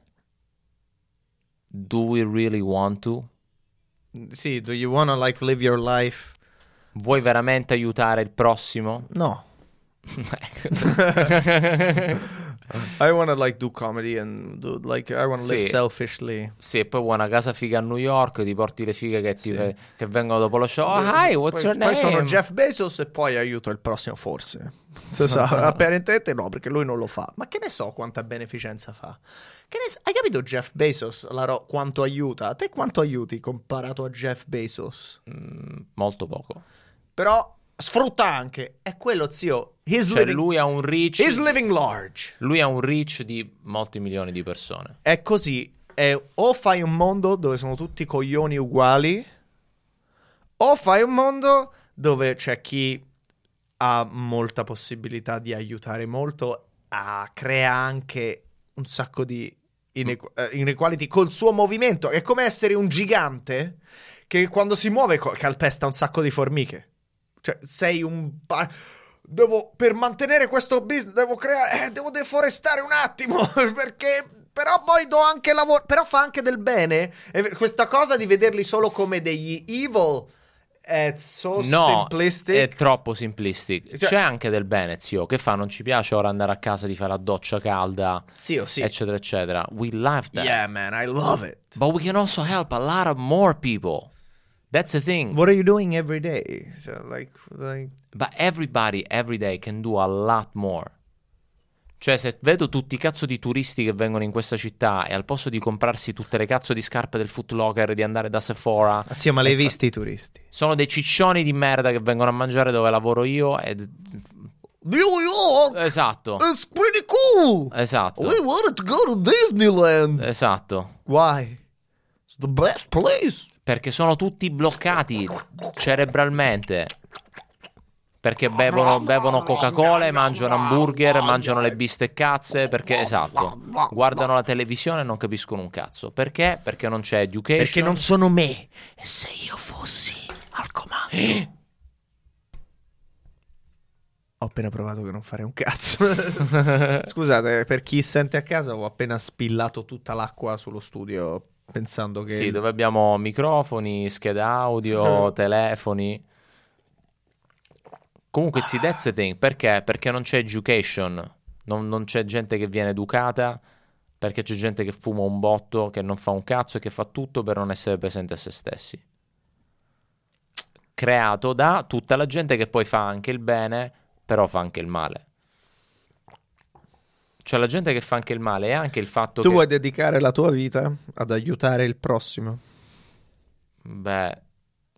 Speaker 2: Do we really want to?
Speaker 3: Sì, do you wanna like live your life?
Speaker 2: Vuoi veramente aiutare il prossimo?
Speaker 3: No. I wanna like do comedy and do like I wanna live
Speaker 2: Sì.
Speaker 3: selfishly.
Speaker 2: sì, e poi vuoi una casa figa a New York, ti porti le fighe che, ti- che vengono dopo lo show. Oh, hi, what's
Speaker 3: poi,
Speaker 2: your name?
Speaker 3: poi sono Jeff Bezos e poi aiuto il prossimo forse. Non si sa, apparentemente no, perché lui non lo fa. Ma che ne so quanta beneficenza fa? Che ne s- Hai capito Jeff Bezos, la ro- quanto aiuta? Te quanto aiuti comparato a Jeff Bezos?
Speaker 2: Mm. Molto poco.
Speaker 3: Però sfrutta anche. È quello, zio. He's
Speaker 2: Cioè
Speaker 3: living,
Speaker 2: lui ha un reach
Speaker 3: he's living large.
Speaker 2: Lui ha un reach di molti milioni di persone.
Speaker 3: È così. è o fai un mondo dove sono tutti coglioni uguali, o fai un mondo dove c'è chi ha molta possibilità di aiutare molto, a, crea anche un sacco di inequ- eh, inequality col suo movimento. È come essere un gigante che quando si muove co- calpesta un sacco di formiche. Cioè, sei un... pa- devo, per mantenere questo business, devo creare, eh, devo deforestare un attimo, perché... Però poi do anche lavoro, però fa anche del bene. E questa cosa di vederli solo come degli evil è so
Speaker 2: no,
Speaker 3: simplistic.
Speaker 2: è troppo simplistic.
Speaker 3: Cioè-
Speaker 2: C'è anche del bene, zio. Che fa? Non ci piace ora andare a casa di fare la doccia calda,
Speaker 3: Sì o sì.
Speaker 2: eccetera, eccetera. We love that.
Speaker 3: Yeah, man, I love it.
Speaker 2: But we can also help a lot of more people. That's the thing.
Speaker 3: What are you doing every day? So, like, like-
Speaker 2: But everybody every day can do a lot more. Cioè, se vedo tutti i cazzo di turisti che vengono in questa città e al posto di comprarsi tutte le cazzo di scarpe del Foot Locker, di andare da Sephora,
Speaker 3: Ah, zio, ma l'hai visti i turisti?
Speaker 2: sono dei ciccioni di merda che vengono a mangiare dove lavoro io. E...
Speaker 3: New York
Speaker 2: Esatto,
Speaker 3: is pretty cool.
Speaker 2: esatto,
Speaker 3: We wanted to go to Disneyland.
Speaker 2: esatto.
Speaker 3: Why? It's the best place.
Speaker 2: Perché sono tutti bloccati cerebralmente. Perché bevono, bevono Coca-Cola, e mangiano hamburger, mangiano le bisteccazze, perché esatto, guardano la televisione e non capiscono un cazzo. Perché? Perché non c'è education.
Speaker 3: Perché non sono me.
Speaker 2: E se io fossi al comando?
Speaker 3: Ho appena provato che non fare un cazzo. Scusate, per chi sente a casa, ho appena spillato tutta l'acqua sullo studio pensando che... Eh.
Speaker 2: Sì, dove abbiamo microfoni, schede audio, telefoni. Comunque, si that's the thing. Perché? Perché non c'è education. Non, non c'è gente che viene educata. Perché c'è gente che fuma un botto, che non fa un cazzo e che fa tutto per non essere presente a se stessi. Creato da tutta la gente che poi fa anche il bene, però fa anche il male. Cioè, la gente che fa anche il male è anche il fatto
Speaker 3: Tu
Speaker 2: che.
Speaker 3: vuoi dedicare la tua vita ad aiutare il prossimo?
Speaker 2: Beh,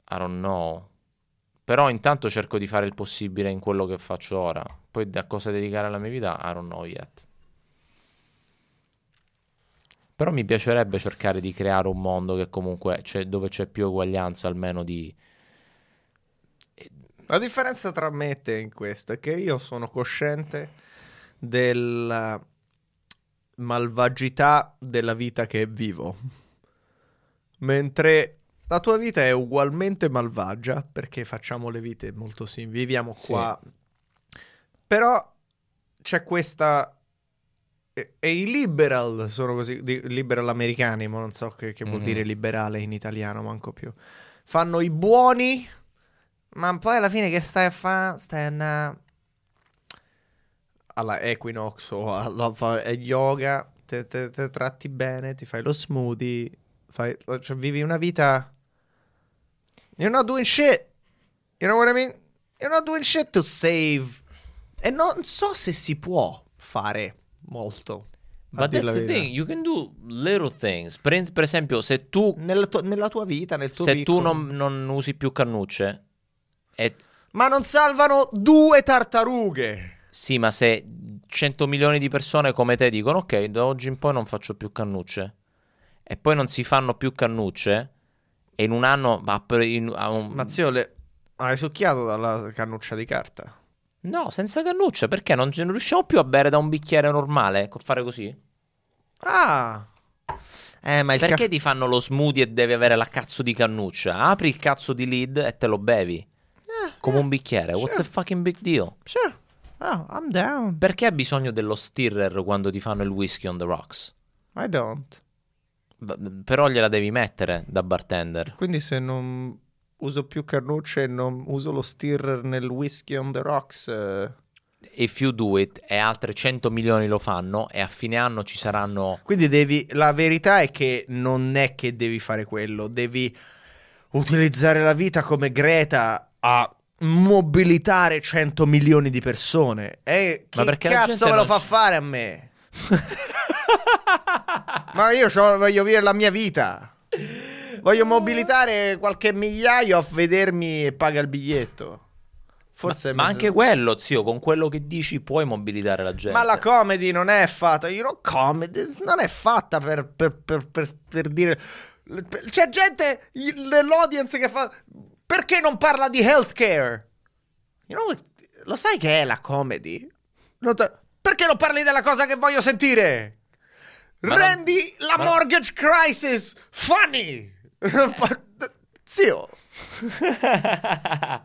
Speaker 2: I don't know. Però intanto cerco di fare il possibile in quello che faccio ora. Poi da cosa dedicare la mia vita, I don't know yet. Però mi piacerebbe cercare di creare un mondo che comunque c'è, dove c'è più uguaglianza, almeno di...
Speaker 3: La differenza tra me e te in questo è che io sono cosciente della malvagità della vita che vivo, mentre la tua vita è ugualmente malvagia perché facciamo le vite molto simili, viviamo
Speaker 2: Sì.
Speaker 3: qua, però c'è questa... E, e i liberal sono così, di- liberal americani, ma non so che, che vuol
Speaker 2: Mhm.
Speaker 3: dire liberale in italiano, manco più. Fanno i buoni ma poi alla fine che stai a fare? Stai a andare alla Equinox o alla fa- e yoga, te, te- te tratti bene, ti fai lo smoothie, fai- cioè, vivi una vita... You're not doing shit. You know what I mean? You're not doing shit to save. E non so se si può fare molto. a
Speaker 2: But
Speaker 3: dir la
Speaker 2: that's the
Speaker 3: verità.
Speaker 2: thing, you can do little things. Per, per esempio, se tu,
Speaker 3: Nella, tua- nella tua vita, nel tuo
Speaker 2: se
Speaker 3: Mm, piccolo.
Speaker 2: tu non, non usi più cannucce, e,
Speaker 3: Ma non salvano due tartarughe.
Speaker 2: Sì, ma se 100 milioni di persone come te dicono ok, da oggi in poi non faccio più cannucce e poi non si fanno più cannucce e in un anno va per- in- a un-
Speaker 3: Ma zio, le- hai succhiato dalla cannuccia di carta?
Speaker 2: No, senza cannucce, perché non, ce- non riusciamo più a bere da un bicchiere normale, co- fare così?
Speaker 3: Ah! Eh, ma il
Speaker 2: perché
Speaker 3: caffè...
Speaker 2: ti fanno lo smoothie e devi avere la cazzo di cannuccia? Apri il cazzo di lid e te lo bevi
Speaker 3: Eh,
Speaker 2: come
Speaker 3: eh,
Speaker 2: un bicchiere. What's the
Speaker 3: Sure.
Speaker 2: fucking big deal?
Speaker 3: Sure. Oh, I'm down.
Speaker 2: Perché hai bisogno dello stirrer quando ti fanno il whisky on the rocks?
Speaker 3: I don't.
Speaker 2: B- però gliela devi mettere da bartender.
Speaker 3: Quindi se non uso più cannucce e non uso lo stirrer nel whisky on the rocks... eh,
Speaker 2: If you do it e altre 100 milioni lo fanno e a fine anno ci saranno...
Speaker 3: Quindi devi... La verità è che non è che devi fare quello. Devi utilizzare la vita come Greta a mobilitare 100 milioni di persone. E
Speaker 2: Ma
Speaker 3: chi
Speaker 2: perché la gente
Speaker 3: cazzo me lo
Speaker 2: non
Speaker 3: fa
Speaker 2: ci-
Speaker 3: fare a me? Ma io c'ho- voglio vivere la mia vita. Voglio mobilitare qualche migliaio a vedermi e paga il biglietto. Forse
Speaker 2: ma, ma
Speaker 3: mi
Speaker 2: anche
Speaker 3: sem-
Speaker 2: quello, zio, con quello che dici puoi mobilitare la gente.
Speaker 3: Ma la comedy non è fatta, you know, comedy non è fatta per, per- per- per- per dire... per- C'è gente, il- l'audience che fa... Perché non parla di healthcare? You know, lo sai che è la comedy? Non te- Perché non parli della cosa che voglio sentire?
Speaker 2: Ma non-
Speaker 3: Rendi la
Speaker 2: ma-
Speaker 3: mortgage crisis funny! Zio,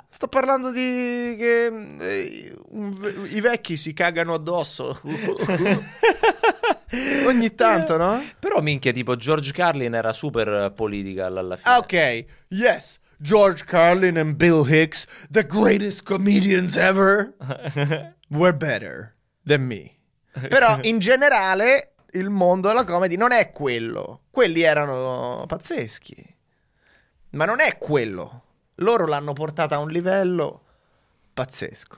Speaker 3: Sto parlando di che eh, un ve- i vecchi si cagano addosso. Ogni tanto, no?
Speaker 2: Però minchia, tipo George Carlin era super eh, political alla fine.
Speaker 3: Ah, ok, yes, George Carlin and Bill Hicks, the greatest comedians ever, were better than me. Però in generale il mondo della comedy non è quello. Quelli erano pazzeschi. Ma non è quello. Loro l'hanno portata a un livello pazzesco.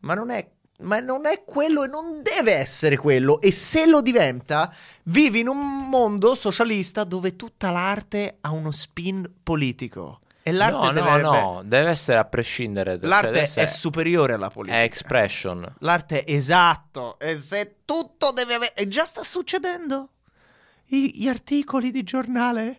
Speaker 3: Ma non è ma non è quello e non deve essere quello. E se lo diventa, vivi in un mondo socialista dove tutta l'arte ha uno spin politico. E l'arte
Speaker 2: no,
Speaker 3: deve
Speaker 2: no, no, deve essere a prescindere. cioè, deve
Speaker 3: L'arte
Speaker 2: essere-
Speaker 3: è superiore alla politica.
Speaker 2: È expression.
Speaker 3: L'arte è esatto. E se tutto deve avere. E già sta succedendo. I- gli articoli di giornale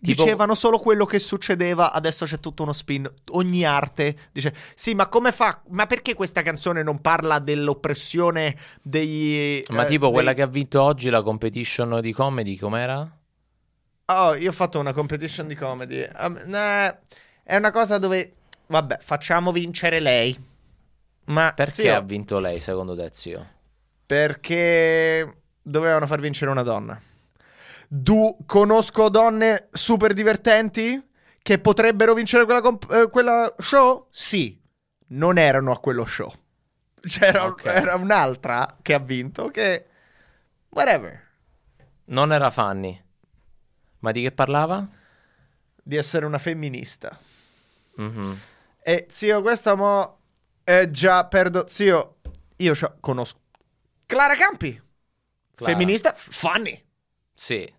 Speaker 2: Tipo-
Speaker 3: dicevano solo quello che succedeva. Adesso c'è tutto uno spin. Ogni arte dice: Sì, ma come fa? Ma perché questa canzone non parla dell'oppressione degli.
Speaker 2: Ma
Speaker 3: eh,
Speaker 2: tipo
Speaker 3: dei-
Speaker 2: quella che ha vinto oggi la competition di comedy, com'era?
Speaker 3: Oh, io ho fatto una competition di comedy. Um, nah, è una cosa dove. Vabbè, facciamo vincere lei. Ma
Speaker 2: Perché
Speaker 3: zio,
Speaker 2: ha vinto lei, secondo te, zio?
Speaker 3: Perché dovevano far vincere una donna. Du- conosco donne super divertenti che potrebbero vincere quella, comp- eh, quella show? Sì, non erano a quello show. C'era
Speaker 2: Ok.
Speaker 3: era un'altra che ha vinto che... Whatever.
Speaker 2: Non era Fanny. Ma di che parlava?
Speaker 3: Di essere una femminista.
Speaker 2: Mhm.
Speaker 3: E zio, questa mo... È già, perdo... Zio, io c'ho- conosco... Clara Campi.
Speaker 2: Clara.
Speaker 3: Femminista, funny.
Speaker 2: Sì.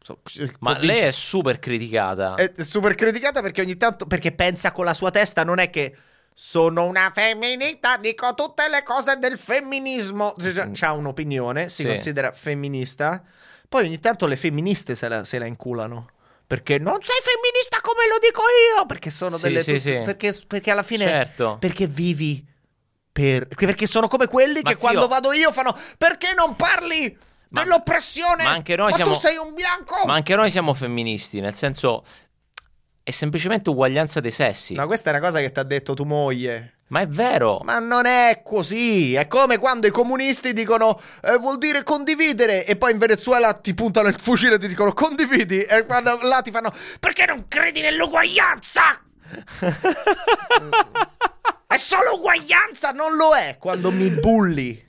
Speaker 3: So-
Speaker 2: Ma
Speaker 3: può
Speaker 2: lei
Speaker 3: vincere. Eh,
Speaker 2: è super criticata.
Speaker 3: è super criticata perché ogni tanto perché pensa con la sua testa non è che sono una femminista dico tutte le cose del femminismo Si- si- c'ha un'opinione si
Speaker 2: Mm. Sì.
Speaker 3: considera femminista poi ogni tanto le femministe se la, se la inculano perché non sei femminista come lo dico io perché sono
Speaker 2: Sì,
Speaker 3: delle
Speaker 2: sì,
Speaker 3: tutte-
Speaker 2: sì.
Speaker 3: Perché, perché alla fine
Speaker 2: Certo.
Speaker 3: perché vivi per perché sono come quelli
Speaker 2: Ma
Speaker 3: che
Speaker 2: zio-
Speaker 3: quando vado io fanno perché non parli
Speaker 2: Ma-
Speaker 3: dell'oppressione
Speaker 2: ma anche noi siamo-
Speaker 3: tu sei un bianco
Speaker 2: Ma anche noi siamo femministi, nel senso è semplicemente uguaglianza dei sessi.
Speaker 3: No, questa è una cosa che ti ha detto tua moglie.
Speaker 2: Ma è vero.
Speaker 3: Ma non è così. È come quando i comunisti dicono eh, vuol dire condividere e poi in Venezuela ti puntano il fucile e ti dicono condividi e quando là ti fanno perché non credi nell'uguaglianza? è solo uguaglianza, non lo è quando mi bulli.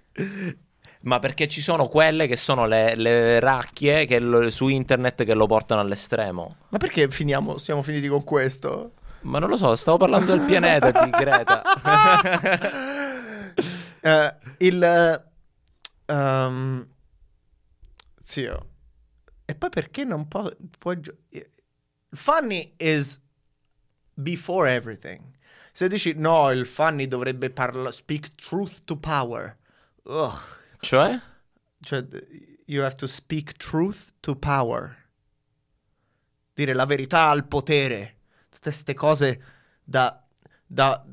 Speaker 2: Ma perché ci sono quelle che sono le, le racchie che lo- su internet che lo portano all'estremo.
Speaker 3: Ma perché finiamo, siamo finiti con questo?
Speaker 2: Ma non lo so, stavo parlando del pianeta di Greta.
Speaker 3: Eh, il eh, ehm, zio. E poi perché non po- puoi gio- Funny is before everything. Se dici no, il funny dovrebbe parlare speak truth to power. Ugh.
Speaker 2: cioè?
Speaker 3: Cioè, you have to speak truth to power. Dire la verità al potere. Tutte queste cose da. da.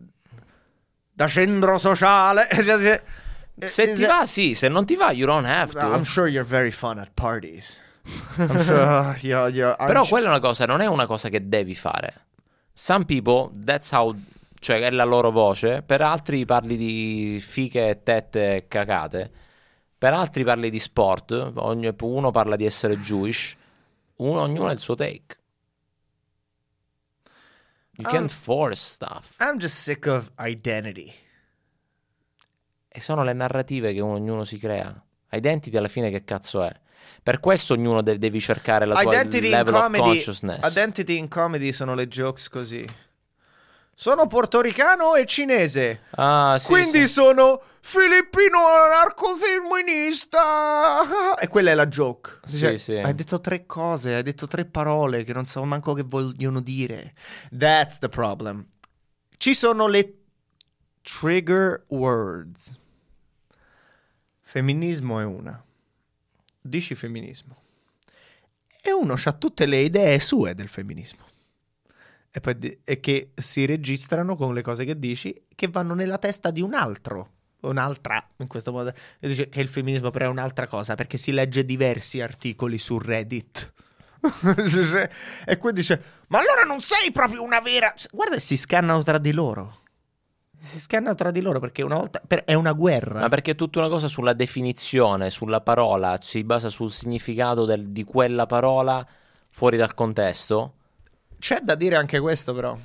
Speaker 3: da centro sociale. eh,
Speaker 2: Se ti va, sì, se non ti va, you don't have
Speaker 3: I'm
Speaker 2: to.
Speaker 3: sure you're very fun at parties. I'm sure uh, you're, you're, aren't
Speaker 2: Però
Speaker 3: you-
Speaker 2: quella è una cosa, non è una cosa che devi fare. Some people, that's how. cioè è la loro voce. Per altri parli di fiche, tette e cacate. Per altri parli di sport. Ogni- uno parla di essere Jewish. Uno, ognuno ha il suo take. You
Speaker 3: Um,
Speaker 2: can't force stuff.
Speaker 3: I'm just sick of identity.
Speaker 2: E sono le narrative che ognuno si crea. Identity alla fine che cazzo è? Per questo ognuno de- devi cercare la tua
Speaker 3: Identity in
Speaker 2: level of
Speaker 3: comedy.
Speaker 2: consciousness.
Speaker 3: Identity in comedy sono le jokes così. Sono portoricano e cinese.
Speaker 2: ah, sì,
Speaker 3: Quindi
Speaker 2: sì.
Speaker 3: sono filippino anarcofemminista. E quella è la joke.
Speaker 2: Sì,
Speaker 3: Cioè,
Speaker 2: sì.
Speaker 3: Hai detto tre cose, hai detto tre parole che non so manco che vogliono dire. That's the problem. Ci sono le Trigger words. Femminismo è una. Dici femminismo. E uno ha tutte le idee sue del femminismo. E, poi di- e che si registrano con le cose che dici, che vanno nella testa di un altro. Un'altra, in questo modo. E dice che il femminismo però è un'altra cosa, perché si legge diversi articoli su Reddit. e poi dice, ma allora non sei proprio una vera... Cioè, Guarda, e si scannano tra di loro. Si scannano tra di loro perché una volta... per- è una guerra.
Speaker 2: Ma perché è tutta una cosa sulla definizione, sulla parola, si basa sul significato del- di quella parola fuori dal contesto?
Speaker 3: C'è da dire anche questo, però.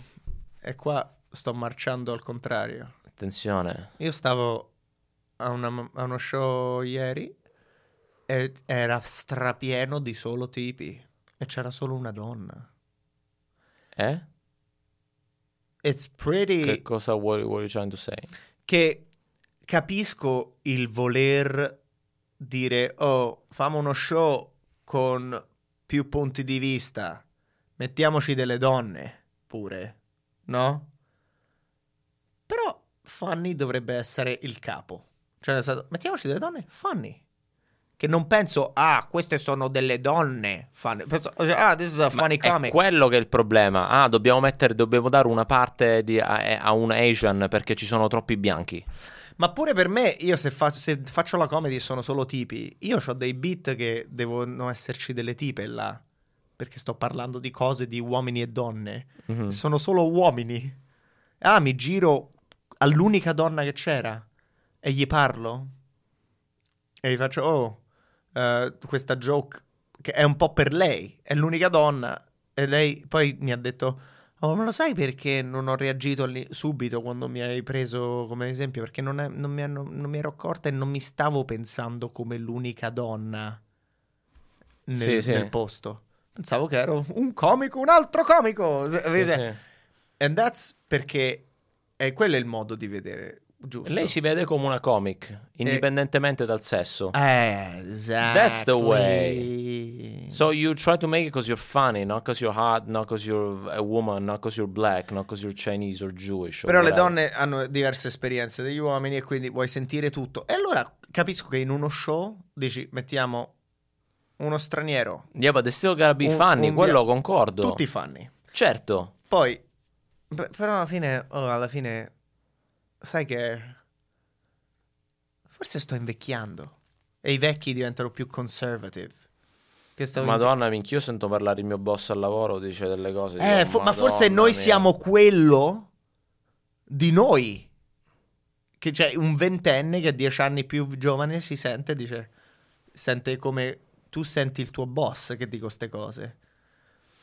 Speaker 3: E qua sto marciando al contrario.
Speaker 2: Attenzione.
Speaker 3: Io stavo a, una- a uno show ieri e era strapieno di solo tipi. E c'era solo una donna.
Speaker 2: Eh?
Speaker 3: It's pretty.
Speaker 2: Che cosa vuoi, vuoi trying to say?
Speaker 3: che capisco il voler dire oh famo uno show con più punti di vista mettiamoci delle donne pure no però Fanny dovrebbe essere il capo cioè nel senso, mettiamoci delle donne Fanny che non penso ah queste sono delle donne Fanny penso ah this is a funny
Speaker 2: Ma
Speaker 3: comic
Speaker 2: È quello che è il problema. Ah, dobbiamo mettere, dobbiamo dare una parte di- a, a un Asian perché ci sono troppi bianchi.
Speaker 3: Ma pure per me, io se, fa- se faccio la comedy sono solo tipi. Io ho dei beat che devono esserci delle tipe là. Perché sto parlando di cose di uomini e donne.
Speaker 2: Mhm.
Speaker 3: Sono solo uomini. Ah, mi giro all'unica donna che c'era e gli parlo. E gli faccio, oh, eh, questa joke che è un po' per lei. È l'unica donna. E lei poi mi ha detto, Oh, ma lo sai perché non ho reagito lì- subito quando mi hai preso come esempio? Perché non, è- non mi hanno- non mi ero accorta e non mi stavo pensando come l'unica donna nel,
Speaker 2: Sì, sì.
Speaker 3: nel posto. Pensavo che ero un comico, un altro comico. S-
Speaker 2: Sì,
Speaker 3: vede?
Speaker 2: sì.
Speaker 3: And that's perché è, quello è il modo di vedere, giusto?
Speaker 2: Lei si vede come una comic, indipendentemente dal sesso.
Speaker 3: Eh, esatto.
Speaker 2: the way. So you try to make it because you're funny, not because you're hot, not because you're a woman, not because you're black, not because you're Chinese or Jewish. or
Speaker 3: Però le
Speaker 2: whatever.
Speaker 3: donne hanno diverse esperienze degli uomini e quindi vuoi sentire tutto. E allora capisco che in uno show dici mettiamo uno straniero,
Speaker 2: Yeah, but they still gotta be
Speaker 3: Un-
Speaker 2: funny,
Speaker 3: un
Speaker 2: quello
Speaker 3: dia-
Speaker 2: concordo.
Speaker 3: tutti fanni.
Speaker 2: Certo.
Speaker 3: Poi, beh, però alla fine, oh, alla fine, sai che forse sto invecchiando e i vecchi diventano più conservative. Che sto-
Speaker 2: Madonna, minchia, io sento parlare il mio boss al lavoro, dice delle cose.
Speaker 3: Eh,
Speaker 2: dico,
Speaker 3: fo- ma forse
Speaker 2: "Madonna
Speaker 3: noi
Speaker 2: mia".
Speaker 3: siamo quello di noi. Che c'è un ventenne che a dieci anni più giovane si sente e dice: Sente come tu senti il tuo boss che dico queste cose.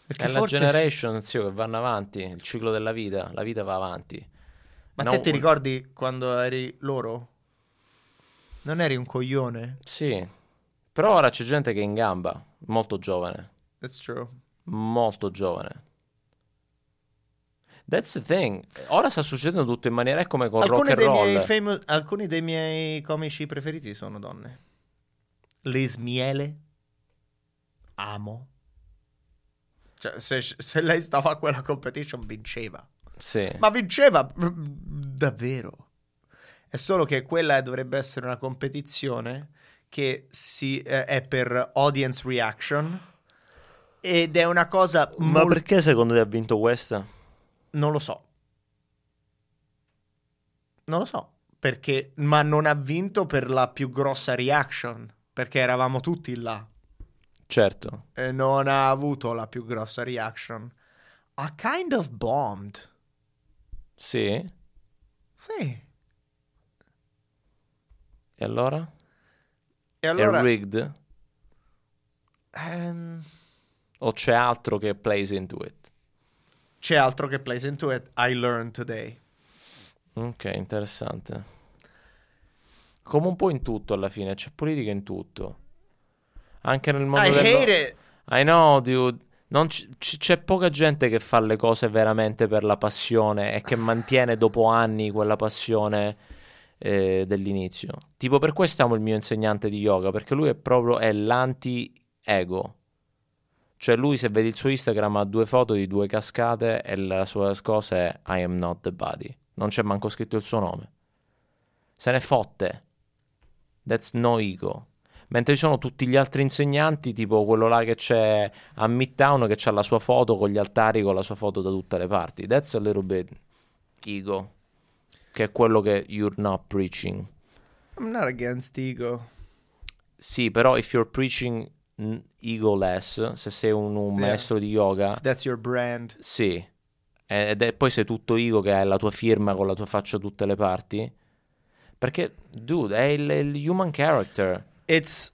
Speaker 3: Perché
Speaker 2: È la generation, zio, che vanno avanti, il ciclo della vita, la vita va avanti.
Speaker 3: Ma
Speaker 2: No,
Speaker 3: te ti
Speaker 2: un-
Speaker 3: ricordi quando eri loro? Non eri un coglione.
Speaker 2: Sì. Però ora c'è gente che è in gamba, molto giovane.
Speaker 3: That's true.
Speaker 2: molto giovane. That's the thing. Ora sta succedendo tutto in maniera è come con
Speaker 3: Alcuni
Speaker 2: rock
Speaker 3: dei,
Speaker 2: and
Speaker 3: miei
Speaker 2: roll.
Speaker 3: famo- alcuni dei miei comici preferiti sono donne. Les Miele. Amo. Cioè, se, se lei stava a quella competition vinceva.
Speaker 2: Sì.
Speaker 3: Ma vinceva mm, davvero. È solo che quella dovrebbe essere una competizione che si- eh, è per audience reaction ed è una cosa
Speaker 2: Ma
Speaker 3: molto...
Speaker 2: perché secondo te ha vinto questa?
Speaker 3: Non lo so. Non lo so. Perché, ma non ha vinto per la più grossa reaction. Perché eravamo tutti là.
Speaker 2: Certo.
Speaker 3: E non ha avuto la più grossa reaction. A kind of bombed.
Speaker 2: Sì. E
Speaker 3: Sì.
Speaker 2: allora?
Speaker 3: E allora.
Speaker 2: È rigged?
Speaker 3: ehm,
Speaker 2: O c'è altro che plays into it?
Speaker 3: c'è altro che plays into it. I learned today.
Speaker 2: Ok, interessante. Come un po' in tutto alla fine, c'è politica in tutto. Anche nel mondo
Speaker 3: I
Speaker 2: del
Speaker 3: hate it.
Speaker 2: I know, dude. Non c- c- c'è poca gente che fa le cose veramente per la passione e che mantiene dopo anni quella passione eh, dell'inizio. Tipo, per questo amo il mio insegnante di yoga, perché lui è proprio è l'anti-ego. Cioè, lui, se vedi il suo Instagram, ha due foto di due cascate e la sua cosa è I am not the body. Non c'è manco scritto il suo nome. Se ne fotte. That's no ego. Mentre ci sono tutti gli altri insegnanti, tipo quello là che c'è a Midtown, che c'ha la sua foto con gli altari, con la sua foto da tutte le parti. That's a little bit ego. Che è quello che you're not preaching.
Speaker 3: I'm not against ego.
Speaker 2: Sì, però if you're preaching mm, ego-less, se sei un, un
Speaker 3: Yeah.
Speaker 2: maestro di yoga,
Speaker 3: If that's your brand.
Speaker 2: sì. Ed è poi sei tutto ego che hai la tua firma con la tua faccia da tutte le parti. Perché, dude, è il, il human character.
Speaker 3: It's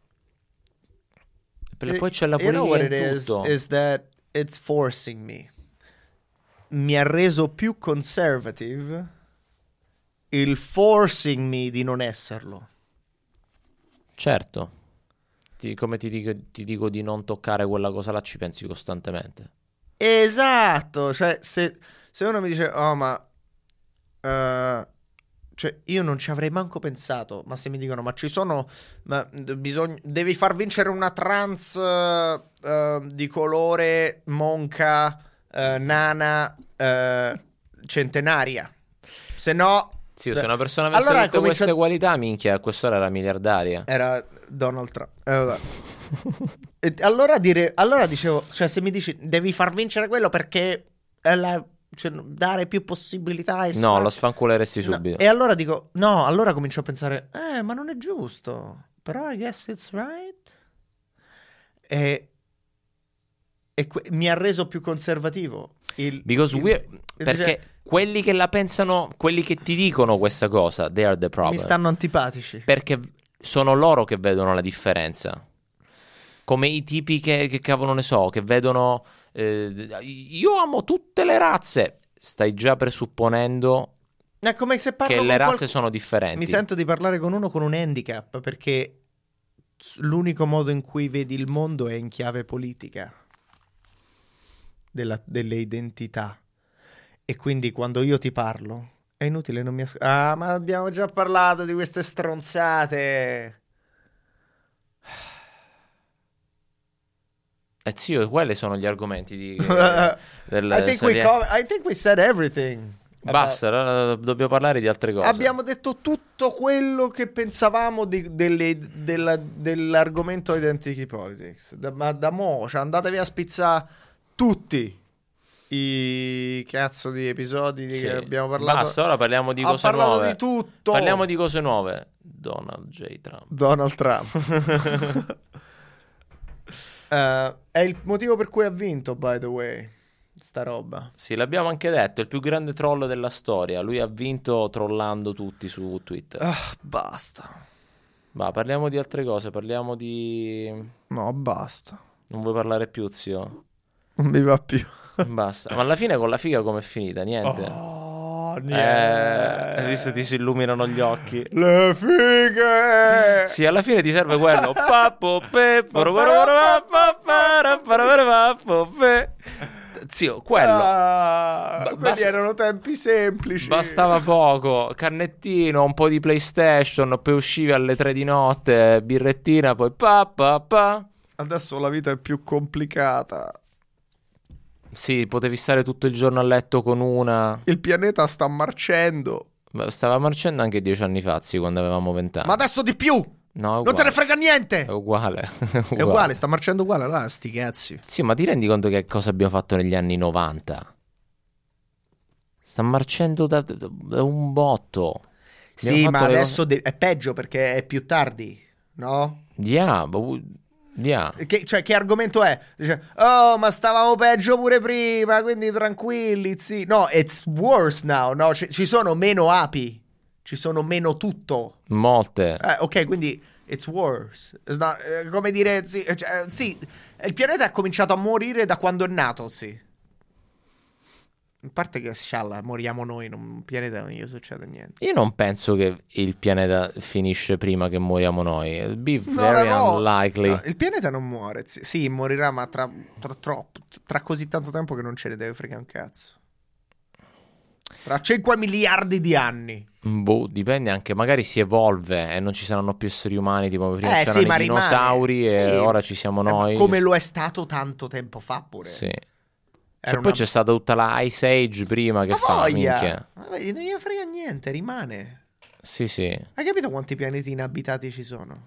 Speaker 2: Perché
Speaker 3: It-
Speaker 2: poi c'è la
Speaker 3: Eh, you know what
Speaker 2: politica
Speaker 3: it
Speaker 2: in
Speaker 3: is
Speaker 2: tutto.
Speaker 3: is that it's forcing me. Mi ha reso più conservative il forcing me di non esserlo.
Speaker 2: Certo. Ti- come ti dico, ti dico di non toccare quella cosa là, ci pensi costantemente.
Speaker 3: Esatto, cioè se, se uno mi dice "Oh, ma eh, cioè io non ci avrei manco pensato, ma se mi dicono "Ma ci sono ma d- bisogna- devi far vincere una trans eh, eh, di colore monca eh, nana eh, centenaria". Se no
Speaker 2: Sì,
Speaker 3: Beh,
Speaker 2: se una persona avesse
Speaker 3: allora
Speaker 2: tutte
Speaker 3: comincia- Eh,
Speaker 2: queste qualità, minchia, a quest'ora era miliardaria.
Speaker 3: Era Donald Trump. Eh, vabbè. E allora, dire, allora dicevo, cioè se mi dici devi far vincere quello perché è la- cioè, dare più possibilità
Speaker 2: No,
Speaker 3: e spazio-
Speaker 2: lo sfanculeresti
Speaker 3: esatto. No, eh,
Speaker 2: subito.
Speaker 3: E allora dico, no, allora comincio a pensare, eh, ma non è giusto, però I guess it's right. E, e que- mi ha reso più conservativo. Il,
Speaker 2: Because
Speaker 3: il-
Speaker 2: we're-
Speaker 3: il- cioè
Speaker 2: Perché quelli che la pensano, quelli che ti dicono questa cosa, they are the
Speaker 3: cioè,
Speaker 2: problem.
Speaker 3: mi stanno antipatici.
Speaker 2: Perché sono loro che vedono la differenza. Come i tipi che, che cavolo ne so, che vedono... eh, io amo tutte le razze. Stai già presupponendo
Speaker 3: È come se parlo
Speaker 2: che
Speaker 3: con
Speaker 2: le razze
Speaker 3: qualcuno-
Speaker 2: sono differenti.
Speaker 3: Mi sento di parlare con uno con un handicap perché s- l'unico modo in cui vedi il mondo è in chiave politica della- delle identità. E quindi quando io ti parlo è inutile, non mi ascolti. Ah, ma abbiamo già parlato di queste stronzate.
Speaker 2: Eh sì, quelli sono gli argomenti di... Eh, del-
Speaker 3: I, think we
Speaker 2: serie-
Speaker 3: co- I think we said everything.
Speaker 2: Basta, allora dobbiamo parlare di altre cose.
Speaker 3: Abbiamo detto tutto quello che pensavamo di- delle- della- dell'argomento identity politics. Da, ma da mo, cioè andatevi a spizzare tutti i cazzo di episodi di
Speaker 2: Sì.
Speaker 3: che abbiamo parlato.
Speaker 2: Basta, ora parliamo di
Speaker 3: Ha
Speaker 2: cose
Speaker 3: parlato
Speaker 2: nuove.
Speaker 3: di tutto.
Speaker 2: Parliamo di cose nuove. Donald J. Trump.
Speaker 3: Donald Trump. Eh, è il motivo per cui ha vinto, by the way, sta roba.
Speaker 2: Sì, l'abbiamo anche detto, è il più grande troll della storia. Lui ha vinto trollando tutti su Twitter.
Speaker 3: Ah, basta.
Speaker 2: Ma parliamo di altre cose, parliamo di...
Speaker 3: No, basta.
Speaker 2: Non vuoi parlare più, zio?
Speaker 3: Non mi va più.
Speaker 2: Basta. Ma alla fine con la figa com'è finita? Niente.
Speaker 3: Oh,
Speaker 2: Eh,
Speaker 3: niente.
Speaker 2: hai visto ti si illuminano gli occhi?
Speaker 3: Le fighe!
Speaker 2: Sì, alla fine ti serve quello. Pappo, pe, poro, poro, poro, pappo, para, para, para, pappo, pe. Zio, quello.
Speaker 3: Ah,
Speaker 2: Ba-
Speaker 3: quelli
Speaker 2: basta-
Speaker 3: erano tempi semplici.
Speaker 2: Bastava poco, cannettino, un po' di PlayStation, poi uscivi alle 3 di notte, birrettina, poi pa pa pa.
Speaker 3: Adesso la vita è più complicata.
Speaker 2: Sì, potevi stare tutto il giorno a letto con una.
Speaker 3: Il pianeta sta marcendo.
Speaker 2: Beh, Stava marcendo anche dieci anni fa, sì, quando avevamo vent'anni.
Speaker 3: Ma adesso di più!
Speaker 2: No, è
Speaker 3: Non te
Speaker 2: uguale.
Speaker 3: ne frega niente!
Speaker 2: È uguale.
Speaker 3: È uguale, sta marcendo uguale. Allora, sti cazzi.
Speaker 2: Sì, ma ti rendi conto che cosa abbiamo fatto negli anni 90? Sta marcendo da, da un botto. Abbiamo
Speaker 3: Sì,
Speaker 2: fatto
Speaker 3: ma
Speaker 2: le
Speaker 3: adesso de- è peggio perché è più tardi, no?
Speaker 2: Yeah, but we- yeah.
Speaker 3: Che, cioè, che argomento è? Dice, oh, ma stavamo peggio pure prima, quindi tranquilli, sì. No, it's worse now, no? Ci, ci sono meno api, ci sono meno tutto.
Speaker 2: Molte.
Speaker 3: Eh, ok, quindi it's worse. It's not- eh, come dire, sì, eh, cioè, eh, sì, il pianeta ha cominciato a morire da quando è nato, sì. A parte che scialla, moriamo noi, non, il pianeta non gli succede niente.
Speaker 2: Io non penso che il pianeta finisce prima che moriamo noi. It'd be
Speaker 3: No, Eh.
Speaker 2: very
Speaker 3: no, no.
Speaker 2: unlikely.
Speaker 3: No, il pianeta non muore, sì, sì, morirà, ma tra, tra troppo, tra così tanto tempo che non ce ne deve frega un cazzo. Tra 5 miliardi di anni.
Speaker 2: Boh, dipende anche. Magari si evolve e non ci saranno più esseri umani. Tipo prima
Speaker 3: Eh,
Speaker 2: c'erano
Speaker 3: sì,
Speaker 2: i
Speaker 3: ma rimane.
Speaker 2: dinosauri e
Speaker 3: Sì.
Speaker 2: ora ci siamo
Speaker 3: Eh, ma
Speaker 2: noi.
Speaker 3: come lo è stato tanto tempo fa pure.
Speaker 2: Sì.
Speaker 3: È
Speaker 2: Cioè, poi c'è stata tutta la Ice Age prima che
Speaker 3: Ma
Speaker 2: fa,
Speaker 3: voglia!
Speaker 2: minchia.
Speaker 3: Vabbè, non gli frega niente, rimane.
Speaker 2: Sì, sì.
Speaker 3: Hai capito quanti pianeti inabitati ci sono?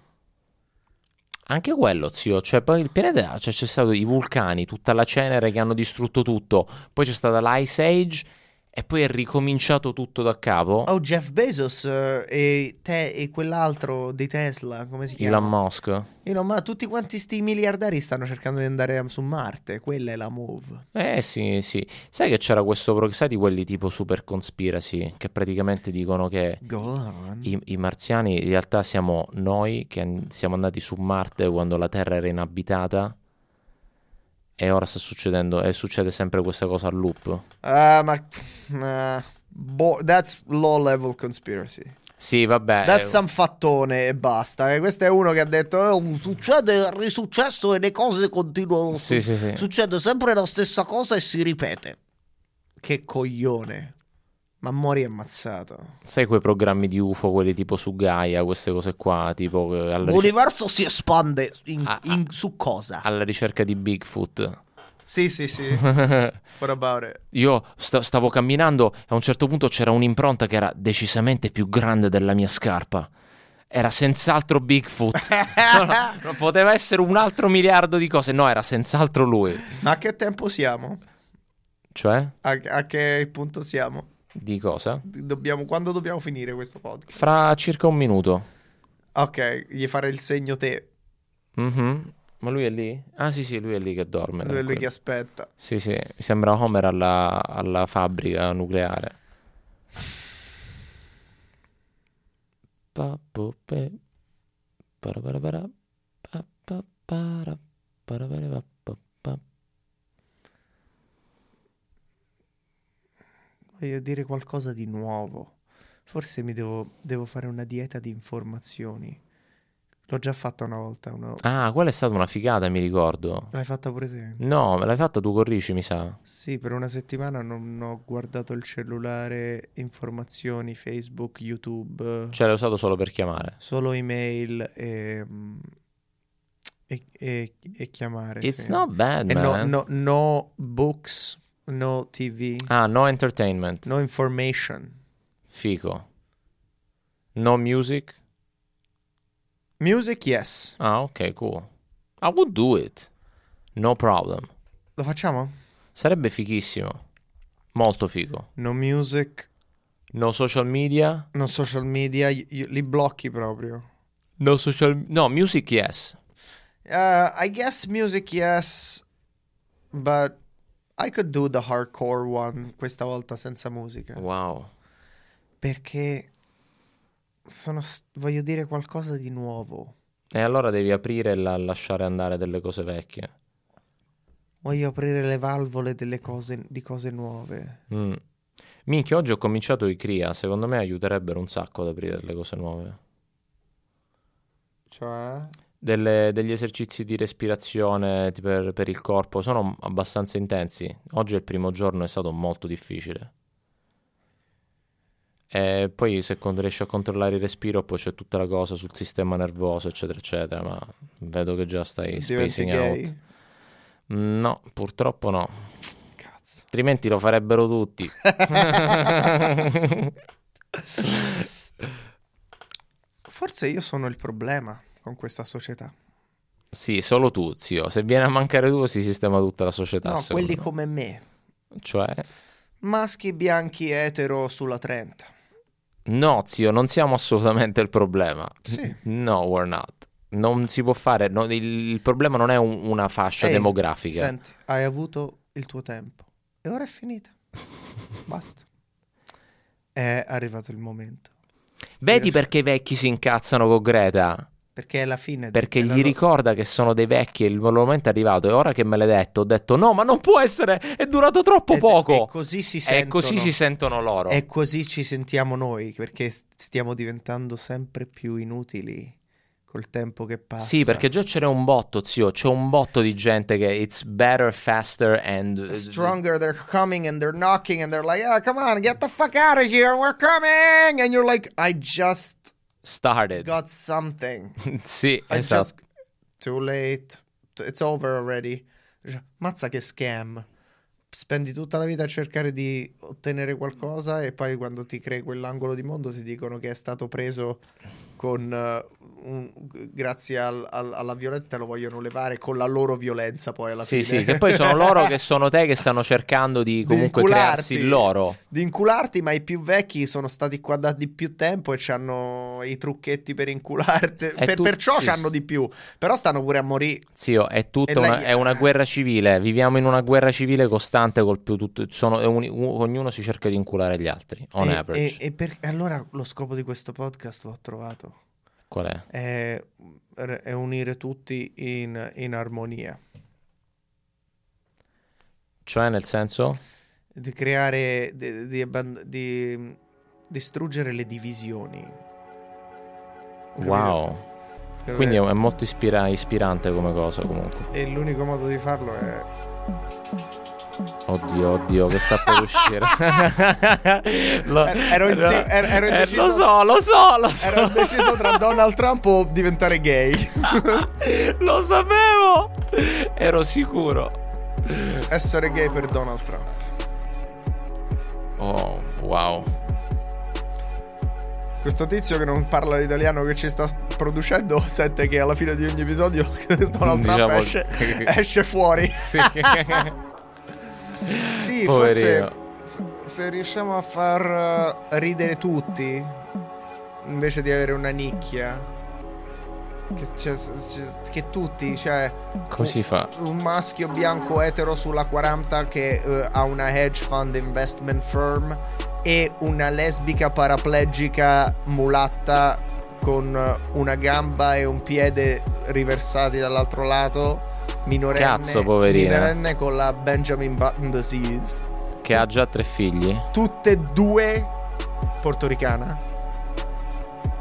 Speaker 2: Anche quello, zio. Cioè, poi il pianeta, cioè, c'è stato i vulcani, tutta la cenere che hanno distrutto tutto. Poi c'è stata l'Ice Age e poi è ricominciato tutto da capo.
Speaker 3: Oh, Jeff Bezos eh, e te e quell'altro dei Tesla, come si chiama?
Speaker 2: Elon Musk.
Speaker 3: Elon Musk, tutti quanti sti miliardari stanno cercando di andare su Marte, quella è la move.
Speaker 2: Eh sì, sì. Sai che c'era questo pro- sai di quelli tipo super conspiracy che praticamente dicono che
Speaker 3: Go on.
Speaker 2: i, i marziani in realtà siamo noi che an- siamo andati su Marte quando la Terra era inabitata e ora sta succedendo e succede sempre questa cosa a loop.
Speaker 3: Ah, ma ah, boh, that's low level conspiracy.
Speaker 2: Sì, vabbè.
Speaker 3: That's
Speaker 2: eh,
Speaker 3: some fattone e basta. Eh, questo è uno che ha detto "Eh, succede è risuccesso e le cose continuano.
Speaker 2: Sì, sì, sì.
Speaker 3: Succede sempre la stessa cosa e si ripete. Che coglione. Ma mori ammazzato.
Speaker 2: Sai quei programmi di UFO, quelli tipo su Gaia, queste cose qua, tipo eh, alla, ricer-
Speaker 3: L'universo si espande in-
Speaker 2: Ah, ah.
Speaker 3: in- su cosa?
Speaker 2: alla ricerca di Bigfoot.
Speaker 3: Sì, sì, sì. What about it?
Speaker 2: Io sta- stavo camminando e a un certo punto c'era un'impronta che era decisamente più grande della mia scarpa. Era senz'altro Bigfoot. No, no, non poteva essere un altro miliardo di cose. No, era senz'altro lui.
Speaker 3: Ma a che tempo siamo?
Speaker 2: Cioè,
Speaker 3: A, a che punto siamo?
Speaker 2: di cosa?
Speaker 3: Dobbiamo- quando dobbiamo finire questo podcast?
Speaker 2: Fra circa un minuto.
Speaker 3: Ok, gli fare il segno te.
Speaker 2: Mhm. Ma lui è lì? Ah sì sì, lui è lì che dorme.
Speaker 3: Lui è lui
Speaker 2: tranquillo.
Speaker 3: che aspetta.
Speaker 2: Sì sì, mi sembra Homer alla, alla fabbrica nucleare. Pa, po, pe, para, para, para, pa, pa, para, para, para, pa, pa, pa.
Speaker 3: Voglio dire qualcosa di nuovo. Forse mi devo, devo fare una dieta di informazioni. L'ho già fatta una volta. uno-
Speaker 2: Ah, quella è stata una figata, mi ricordo.
Speaker 3: L'hai fatta pure te?
Speaker 2: No, me l'hai fatta tu con Ricci, mi sa.
Speaker 3: Sì, per una settimana non ho guardato il cellulare, informazioni, Facebook, YouTube,
Speaker 2: Cioè, l'hai usato solo per chiamare.
Speaker 3: solo email e, mm, e, e- e chiamare.
Speaker 2: It's
Speaker 3: Eh, sì.
Speaker 2: not bad,
Speaker 3: E no,
Speaker 2: man.
Speaker 3: no, no books, no TV,
Speaker 2: Ah, no entertainment.
Speaker 3: no information.
Speaker 2: Fico. No music.
Speaker 3: Music, yes.
Speaker 2: Ah, ok, cool. I would do it. No problem.
Speaker 3: Lo facciamo?
Speaker 2: Sarebbe fighissimo. Molto figo.
Speaker 3: No music,
Speaker 2: No social media.
Speaker 3: no social media, y- y- li blocchi proprio.
Speaker 2: No social No, music yes.
Speaker 3: Uh, I guess music, yes, but I could do the hardcore one questa volta senza musica.
Speaker 2: Wow.
Speaker 3: Perché sono, s- voglio dire qualcosa di nuovo.
Speaker 2: E allora devi aprire e la- lasciare andare delle cose vecchie.
Speaker 3: Voglio aprire le valvole delle cose, di cose nuove.
Speaker 2: Mm. Minchia, oggi ho cominciato i CRIA. Secondo me aiuterebbero un sacco ad aprire delle cose nuove.
Speaker 3: Cioè?
Speaker 2: Delle- degli esercizi di respirazione ti- per, per il corpo sono abbastanza intensi. Oggi è il primo giorno, è stato molto difficile. E poi se con- riesci a controllare il respiro, poi c'è tutta la cosa sul sistema nervoso, eccetera, eccetera, ma vedo che già stai
Speaker 3: Diventi
Speaker 2: spacing
Speaker 3: gay?
Speaker 2: out. No, purtroppo no.
Speaker 3: Cazzo.
Speaker 2: Altrimenti lo farebbero tutti.
Speaker 3: Forse io sono il problema con questa società.
Speaker 2: Sì, solo tu, zio. Se viene a mancare tu, si sistema tutta la società,
Speaker 3: No,
Speaker 2: secondo
Speaker 3: quelli
Speaker 2: me.
Speaker 3: come me.
Speaker 2: Cioè...
Speaker 3: Maschi bianchi etero sulla 30.
Speaker 2: No, zio, non siamo assolutamente il problema.
Speaker 3: Sì.
Speaker 2: No, we're not. Non si può fare. no, il, il problema non è un- una fascia
Speaker 3: Ehi,
Speaker 2: demografica.
Speaker 3: Senti, hai avuto il tuo tempo. E ora è finita. Basta. È arrivato il momento.
Speaker 2: Vedi perché i vecchi si incazzano con Greta?
Speaker 3: Perché è la fine.
Speaker 2: Perché
Speaker 3: della
Speaker 2: gli
Speaker 3: lo-
Speaker 2: ricorda che sono dei vecchi e il momento è arrivato. E ora che me l'hai detto, ho detto: no, ma non può essere, è durato troppo
Speaker 3: Ed-
Speaker 2: poco.
Speaker 3: E così si
Speaker 2: E
Speaker 3: sentono.
Speaker 2: così si sentono loro.
Speaker 3: E così ci sentiamo noi, perché s- stiamo diventando sempre più inutili col tempo che passa.
Speaker 2: Sì, perché eh, già c'era un botto, zio. C'è un botto di gente che it's better, faster and
Speaker 3: stronger they're coming and they're knocking and they're like oh come on get the fuck out of here we're coming and you're like i just
Speaker 2: started.
Speaker 3: got something
Speaker 2: Sì,
Speaker 3: i
Speaker 2: esatto.
Speaker 3: just too late it's over already mazza che scam spendi tutta la vita a cercare di ottenere qualcosa e poi quando ti crei quell'angolo di mondo ti dicono che è stato preso con eh, un- grazie al- al- alla violenza te lo vogliono levare con la loro violenza poi alla
Speaker 2: Sì,
Speaker 3: fine
Speaker 2: sì, che poi sono loro che sono te che stanno cercando di comunque crearsi il
Speaker 3: incularti.
Speaker 2: loro.
Speaker 3: di incularti, ma i più vecchi sono stati qua da di più tempo e hanno i trucchetti per incularti.
Speaker 2: E
Speaker 3: Per-
Speaker 2: tu-
Speaker 3: perciò
Speaker 2: sì,
Speaker 3: c'hanno
Speaker 2: sì.
Speaker 3: di più. Però stanno pure a morire.
Speaker 2: Zio, è tutta
Speaker 3: E lei-
Speaker 2: una, è una guerra civile. Viviamo in una guerra civile costante. Col più tutto, sono, è un- u- ognuno si cerca di inculare gli altri. On
Speaker 3: e,
Speaker 2: average,
Speaker 3: e- e per- e allora lo scopo di questo podcast l'ho trovato.
Speaker 2: qual è?
Speaker 3: È, è unire tutti in, in armonia.
Speaker 2: Cioè, nel senso,
Speaker 3: Di creare. di- di abband- di distruggere le divisioni. Capito?
Speaker 2: wow.
Speaker 3: Cioè,
Speaker 2: Quindi è, è molto ispira- ispirante come cosa. Comunque,
Speaker 3: E l'unico modo di farlo è
Speaker 2: oddio, oddio, che sta per uscire. Lo-
Speaker 3: er, Ero insi- ero- ero
Speaker 2: eh,
Speaker 3: indeciso-
Speaker 2: Lo so, lo so, lo so.
Speaker 3: Ero deciso tra Donald Trump o diventare gay.
Speaker 2: lo sapevo. Ero sicuro.
Speaker 3: Essere gay per Donald Trump.
Speaker 2: Oh, wow.
Speaker 3: Questo tizio che non parla l'italiano che ci sta producendo sente che alla fine di ogni episodio Donald Trump
Speaker 2: Diciamo-
Speaker 3: esce, esce fuori.
Speaker 2: Sì.
Speaker 3: Sì,
Speaker 2: Poverino.
Speaker 3: forse se- se riusciamo a far eh, ridere tutti invece di avere una nicchia. Che, c'è- c'è- che tutti, cioè
Speaker 2: Così fa.
Speaker 3: un maschio bianco etero sulla 40 che eh, ha una hedge fund investment firm e una lesbica paraplegica mulatta con eh, una gamba e un piede riversati dall'altro lato minorenne,
Speaker 2: Cazzo, poverina.
Speaker 3: minorenne con la Benjamin Button disease
Speaker 2: Che ha già tre figli.
Speaker 3: tutte e due portoricana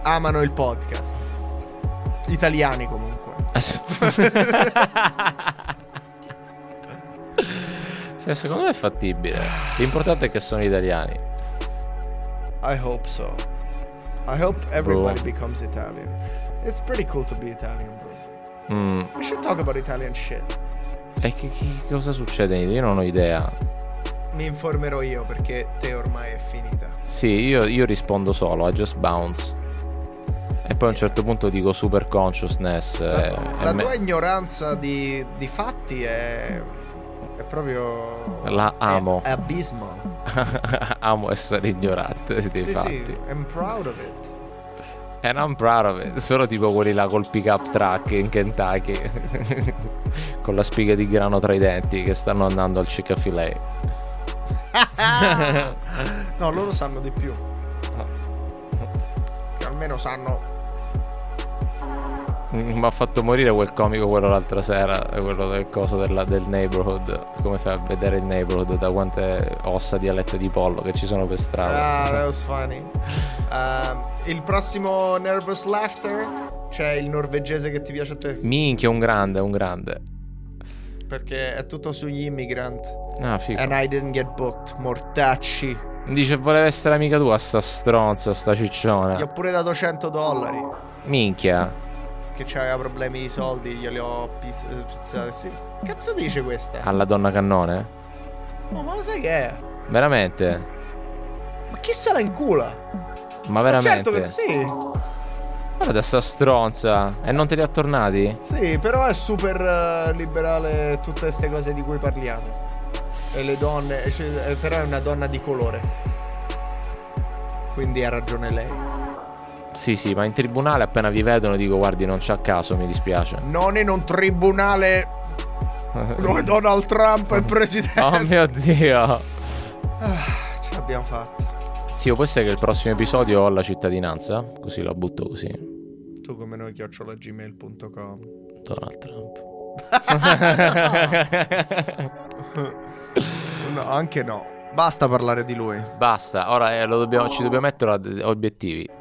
Speaker 3: amano il podcast italiani comunque
Speaker 2: Ass- Sì, secondo me è fattibile. L'importante è che sono italiani.
Speaker 3: I hope so. I hope everybody
Speaker 2: Bro.
Speaker 3: becomes Italian. It's pretty cool to be Italian, bro.
Speaker 2: Mm,
Speaker 3: We should talk about Italian shit.
Speaker 2: E che, che cosa succede? in Italia? Io non ho idea.
Speaker 3: Mi informerò io perché te ormai è finita.
Speaker 2: Sì, io, io rispondo solo a just bounce. E poi a un certo punto dico super consciousness.
Speaker 3: La,
Speaker 2: eh,
Speaker 3: tu-
Speaker 2: e
Speaker 3: la
Speaker 2: me-
Speaker 3: tua ignoranza di, di fatti è. è proprio.
Speaker 2: La amo.
Speaker 3: È, è abismo.
Speaker 2: Amo essere ignorante dei
Speaker 3: sì,
Speaker 2: fatti.
Speaker 3: sì, I'm proud of it.
Speaker 2: And Eh, I'm proud of it. Sono tipo quelli là col pick up truck in Kentucky. Con la spiga di grano tra i denti che stanno andando al Chick-fil-A.
Speaker 3: no, loro sanno di più.
Speaker 2: Ah.
Speaker 3: Che Almeno sanno.
Speaker 2: Mi ha fatto morire quel comico quello l'altra sera, quello del coso della- del neighborhood. Come fai a vedere il neighborhood da quante ossa di alette di pollo che ci sono per strada?
Speaker 3: Ah, that was funny. Ehm, il prossimo Nervous Laughter c'è il norvegese che ti piace a te.
Speaker 2: Minchia, un grande, un grande.
Speaker 3: Perché è tutto sugli immigrant.
Speaker 2: Ah, figo.
Speaker 3: And I didn't get booked, mortacci.
Speaker 2: Dice, voleva essere amica tua, sta stronza, sta
Speaker 3: Gli ho
Speaker 2: cicciona.
Speaker 3: pure dato 100 dollari.
Speaker 2: Minchia.
Speaker 3: Che c'aveva problemi di soldi, glieli ho pis- eh, pizzati. Sì. Cazzo dice questa?
Speaker 2: Alla donna cannone?
Speaker 3: Oh, ma lo sai che è?
Speaker 2: Veramente?
Speaker 3: Ma chi se la incula?
Speaker 2: Ma
Speaker 3: Ma
Speaker 2: veramente?
Speaker 3: Certo che sì.
Speaker 2: Guarda sta stronza E non te li ha tornati?
Speaker 3: Sì, però è super eh, liberale tutte queste cose di cui parliamo. E le donne, eh, cioè, eh, però è una donna di colore. Quindi ha ragione lei.
Speaker 2: Sì sì ma in tribunale appena vi vedono dico guardi non c'ha caso mi dispiace
Speaker 3: Non in un tribunale dove Donald Trump è presidente.
Speaker 2: Oh mio dio
Speaker 3: Ah, ce l'abbiamo fatta.
Speaker 2: Zio può essere che il prossimo episodio ho la cittadinanza Così la butto così
Speaker 3: Tu come noi chiocciola gmail.com.
Speaker 2: Donald Trump
Speaker 3: No, anche no. Basta parlare di lui.
Speaker 2: Basta ora eh, lo dobbiamo- ci dobbiamo mettere ad- obiettivi